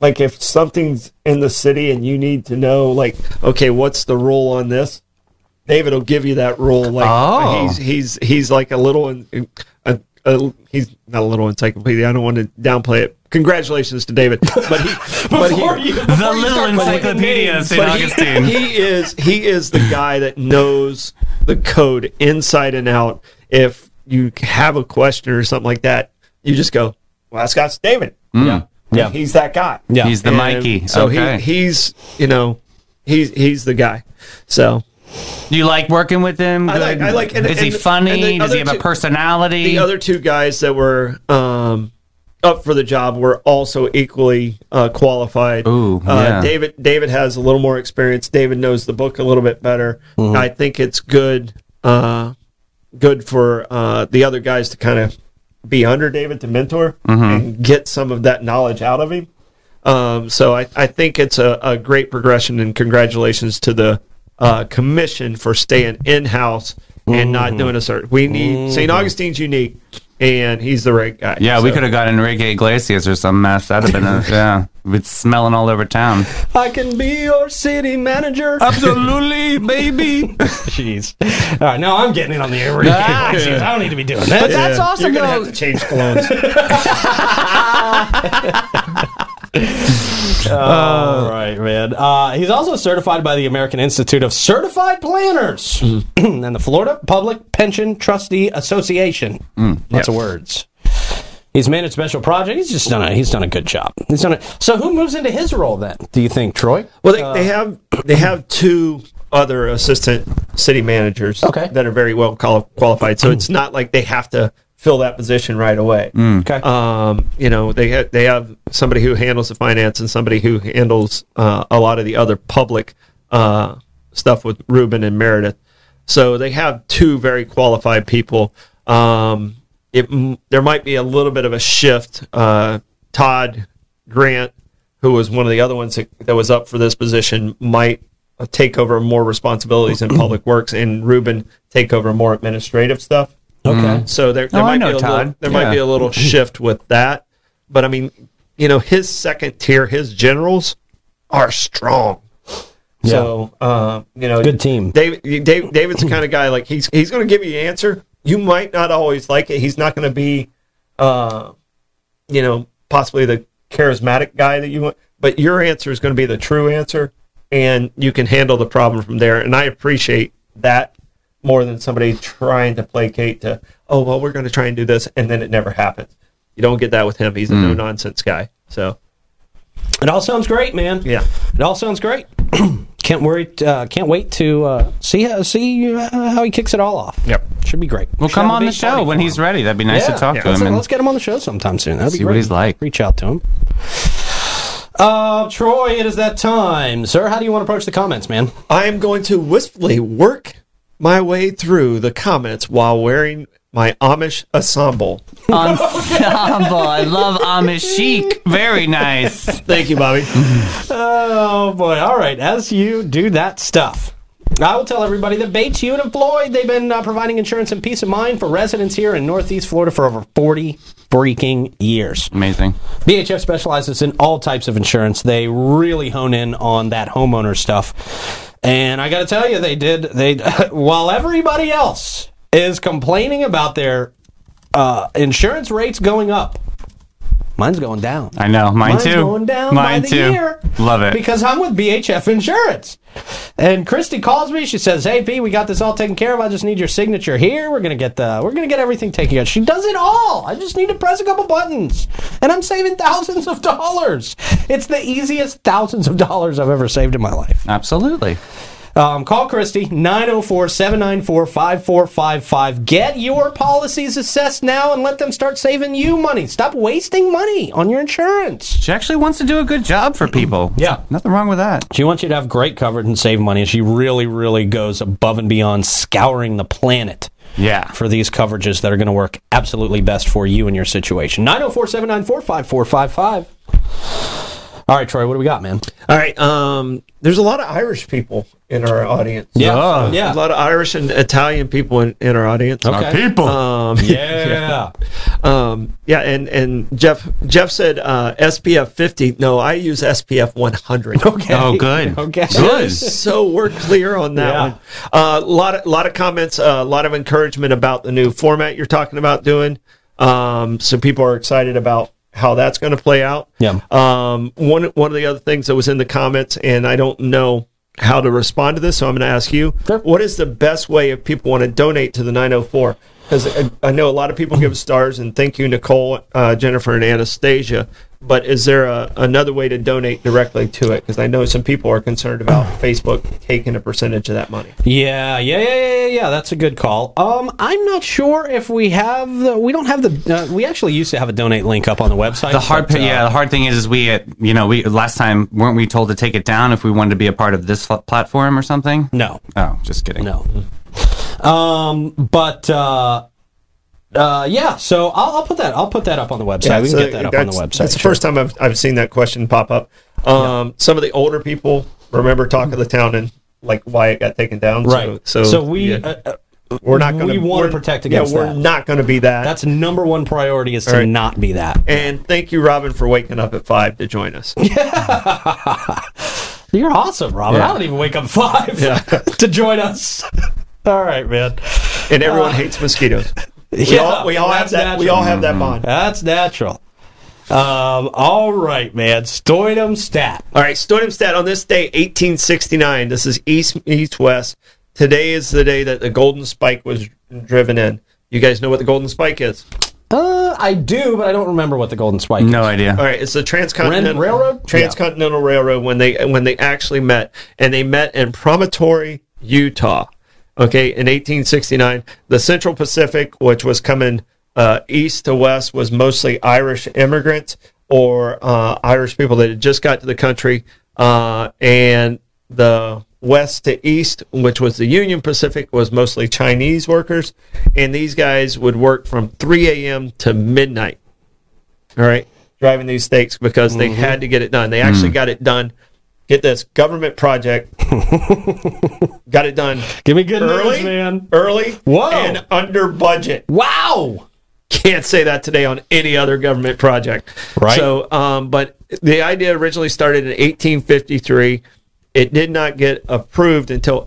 Like if something's in the city and you need to know, like, okay, what's the rule on this? David will give you that rule. Like Oh. he's he's he's like a little in, a, a, he's not a little encyclopedia. I don't want to downplay it. Congratulations to David, but he but he, Before you- The before you little start calling them encyclopedia of names. St. But he- Augustine. He, is he is the guy that knows the code inside and out. If you have a question or something like that, you just go, "Well, that's Scott's David." Yeah. he's that guy. Yeah. Mm. He's the And Mikey. So okay. he, he's you know he's he's the guy. So you like working with him? I like- Good? I like- and- Is he and- and funny? the Does he other have a two- personality? the other two guys that were um, up for the job were also equally uh, qualified. Ooh, uh, yeah. David David has a little more experience. David knows the book a little bit better. Mm-hmm. I think it's good uh, good for uh, the other guys to kind of be under David to mentor Mm-hmm. and get some of that knowledge out of him. Um, so I, I think it's a, a great progression and congratulations to the uh, commission for staying in house and Mm-hmm. not doing a search. We need St. Augustine's unique and he's the right guy. yeah, we So- could have got Enrique Iglesias or some mess. That'd have been a, yeah. It's smelling all over town. I can be your city manager. Oh. Absolutely, baby. Jeez. All right, now I'm getting in on the air. Ah. I don't need to be doing that. That's You're awesome, gonna though. have to change clones. All Oh, right, man. Uh, he's also certified by the American Institute of Certified Planners and the Florida Public Pension Trustee Association. Mm, Lots of words. He's managed special projects. He's just done a he's done a good job. He's done a, so who moves into his role then? Do you think Troy? Well, they, they have they have two other assistant city managers Okay. that are very well quali- qualified. So Mm. it's not like they have to fill that position right away. Okay. Um, you know, they ha- they have somebody who handles the finance and somebody who handles uh, a lot of the other public uh, stuff with Ruben and Meredith. So they have two very qualified people. Um, it m- there might be a little bit of a shift. Uh, Todd Grant, who was one of the other ones that, that was up for this position, might uh, take over more responsibilities in public works, and Ruben take over more administrative stuff. okay. So there, there Oh, I might be know a Todd. little, there Yeah. might be a little shift with that, but I mean, you know, his second tier, his generals are strong. So uh, you know, Good team. David, Dave, David's the kind of guy like he's he's going to give you an answer. You might not always like it. He's not going to be, uh, you know, possibly the charismatic guy that you want, but your answer is going to be the true answer, and you can handle the problem from there. And I appreciate that more than somebody trying to placate to, oh well, we're going to try and do this, and then it never happens. You don't get that with him. Hmm. He's a no nonsense guy. So It all sounds great, man. Yeah. It all sounds great. can't worry. Uh, can't wait to uh, see how see uh, how he kicks it all off. Yep. Should be great. Well, Should come have a on the big party show when for he's him. ready. That'd be nice Yeah. to talk Yeah. to let's, him. and- let's get him on the show sometime soon. That'd See be what great. he's like. Reach out to him. Uh, Troy, it is that time, sir. How do you want to approach the comments, man? I am going to wistfully work my way through the comments while wearing my Amish ensemble. Ensemble. I love Amish chic. Very nice. Thank you, Bobby. Oh boy! All right, as you do that stuff. I will tell everybody that Bates, Hewitt, and Floyd, they've been uh, providing insurance and peace of mind for residents here in Northeast Florida for over 40 freaking years. Amazing. BHF specializes in all types of insurance. They really hone in on that homeowner stuff. And I got to tell you, they did. They while everybody else is complaining about their uh, insurance rates going up, mine's going down. I know. Mine Mine's too. going down Mine by the too. year. Love it. Because I'm with BHF Insurance. And Christy calls me. She says, "Hey, P, we got this all taken care of. I just need your signature here. We're gonna get the we're gonna get everything taken care of." She does it all. I just need to press a couple buttons, and I'm saving thousands of dollars. It's the easiest thousands of dollars I've ever saved in my life. Absolutely. Um, call Christy, 904 794 5455. Get your policies assessed now and let them start saving you money. Stop wasting money on your insurance. She actually wants to do a good job for people. Yeah. Nothing wrong with that. She wants you to have great coverage and save money, and she really, really goes above and beyond scouring the planet Yeah. for these coverages that are going to work oh absolutely best for you and your situation. 904 794 5455. All right, Troy, what do we got, man? All right. Um, there's a lot of Irish people in our audience. Yeah. Oh. Yeah. A lot of Irish and Italian people in, in our audience. Okay. people. Um, Yeah. Um, yeah, and, and Jeff Jeff said uh, SPF 50. No, I use SPF 100. Okay. Oh, good. Okay. Good. so we're clear on that Yeah. one. A lot, of, lot of comments, a lot of encouragement about the new format you're talking about doing. Um, so people are excited about how that's going to play out. Yeah. Um, one, one of the other things that was in the comments, and I don't know how to respond to this, so I'm going to ask you: Sure. What is the best way if people want to donate to the 904? Because I, I know a lot of people give stars, and thank you, Nicole, uh, Jennifer, and Anastasia. But is there a, another way to donate directly to it? Because I know some people are concerned about Facebook taking a percentage of that money. Yeah, yeah, yeah, yeah, yeah, yeah. That's a good call. Um, I'm not sure if we have the. We don't have the. Uh, we actually used to have a donate link up on the website. The hard, but, uh, pi- yeah. The hard thing is, is we, uh, you know, we last time weren't we told to take it down if we wanted to be a part of this fl- platform or something? No, Oh, just kidding. no. Um, but uh, uh, yeah. So I'll, I'll put that. I'll put that up on the website. we can get so that up on the that's- website. That's the first time I've, I've seen that question pop up. Um, Some of the older people remember Talk of the Town and like why it got taken down. right. So, So, we. yeah, Uh, uh, we're not going we wanna protect against Yeah, we're that. not going to be that. that's number one priority is to All right. not be that. and thank you, Robin, for waking up at five to join us. You're awesome, Robin. I don't even wake up five to join us. All right, man. and everyone hates mosquitoes. We Uh, Yeah, all, we all have that's that. We natural. all have that bond. That's natural. Um, all right, man. Stoidum stat. All right, Stat on this day, 1869. This is east east west. Today is the day that the golden spike was driven in. You guys know what the golden spike is? Uh, I do, but I don't remember what the golden spike No idea. All right, it's the Ren- transcontinental Railroad? Transcontinental Railroad when they when they actually met, and they met in Promontory, Utah. Okay, in 1869, the Central Pacific, which was coming uh, east to west, was mostly Irish immigrants or uh, Irish people that had just got to the country, uh, and the west to east, which was the Union Pacific, was mostly Chinese workers, and these guys would work from 3 a.m. to midnight all right, driving these stakes because they had to get it done. They actually got it done. Get this government project, got it done Give me good early, news, man. early, Whoa. and under budget. Wow. Can't say that today on any other government project. Right. So, um, but the idea originally started in 1853. It did not get approved until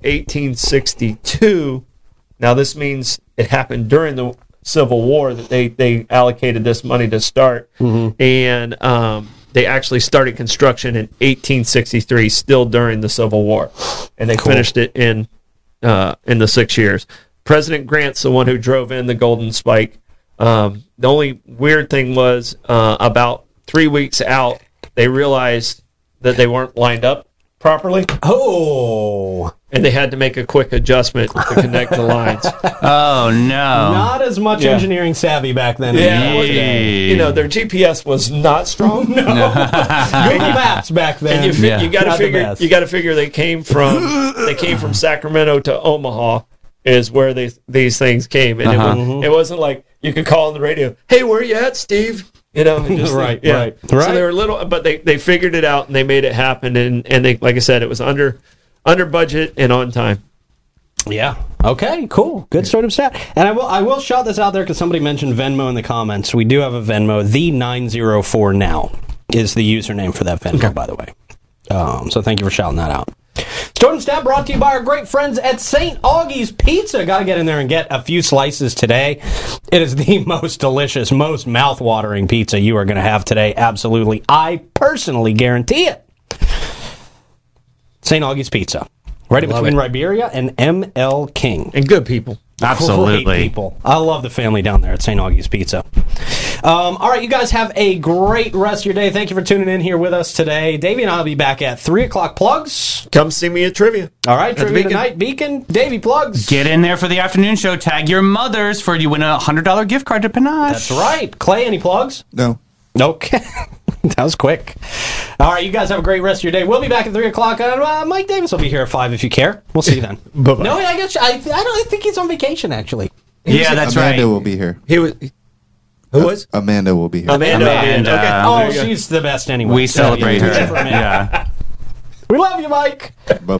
1862. Now, this means it happened during the Civil War that they, they allocated this money to start. And um, they actually started construction in 1863, still during the Civil War. And they finished it in, uh, in the six years. President Grant's the one who drove in the Golden Spike. Um, the only weird thing was uh, about three weeks out, they realized that they weren't lined up properly Oh, and they had to make a quick adjustment to connect the lines. Oh no. not as much Yeah. engineering savvy back then. Yeah. as you are You know, their GPS was not strong. No. today. Oh, Google Maps back then. And you, fi- Yeah. you gotta Not the figure best. you gotta figure they came from they came from Sacramento to Omaha is where they, these things came and it, Mm-hmm. was, it wasn't like you could call on the radio hey where you at Steve you know and just- Right, yeah. right, so right. they were little but they, they figured it out and they made it happen and and they like I said it was under under budget and on time Yeah. Okay. Cool. Good sort of stat. And I will I will shout this out there because somebody mentioned Venmo in the comments. We do have a Venmo. The nine zero four now is the username for that Venmo. By the way. Um, so thank you for shouting that out. Storm Stab brought to you by our great friends at St. Augie's Pizza. Got to get in there and get a few slices today. It is the most delicious, most mouth-watering pizza you are going to have today. Absolutely. I personally guarantee it. St. Augie's Pizza. Right in between Riberia and ML King. and good people Great Absolutely. people. I love the family down there at St. Augie's Pizza. Um, all right, you guys have a great rest of your day. Thank you for tuning in here with us today. Davey and I will be back at 3 o'clock plugs. come see me at trivia All right, the trivia Beacon. tonight. Beacon, Davey plugs. Get in there for the afternoon show. Tag your mothers for you win a hundred dollar gift card to Panache. That's right. Clay, any plugs? No. Okay. that was quick. All right, you guys have a great rest of your day. We'll be back at 3 o'clock. And, uh, Mike Davis will be here at 5 if you care. We'll see you then. Bye-bye. No, I, got you. I, I, don't, I think he's on vacation, actually. Yeah, that's Amanda right. will be here. he was Who is? Amanda will be here. Amanda. Amanda. Okay. Oh, Oh, she's the best anyway. We celebrate yeah, her. for me. Yeah. We love you, Mike. Bye.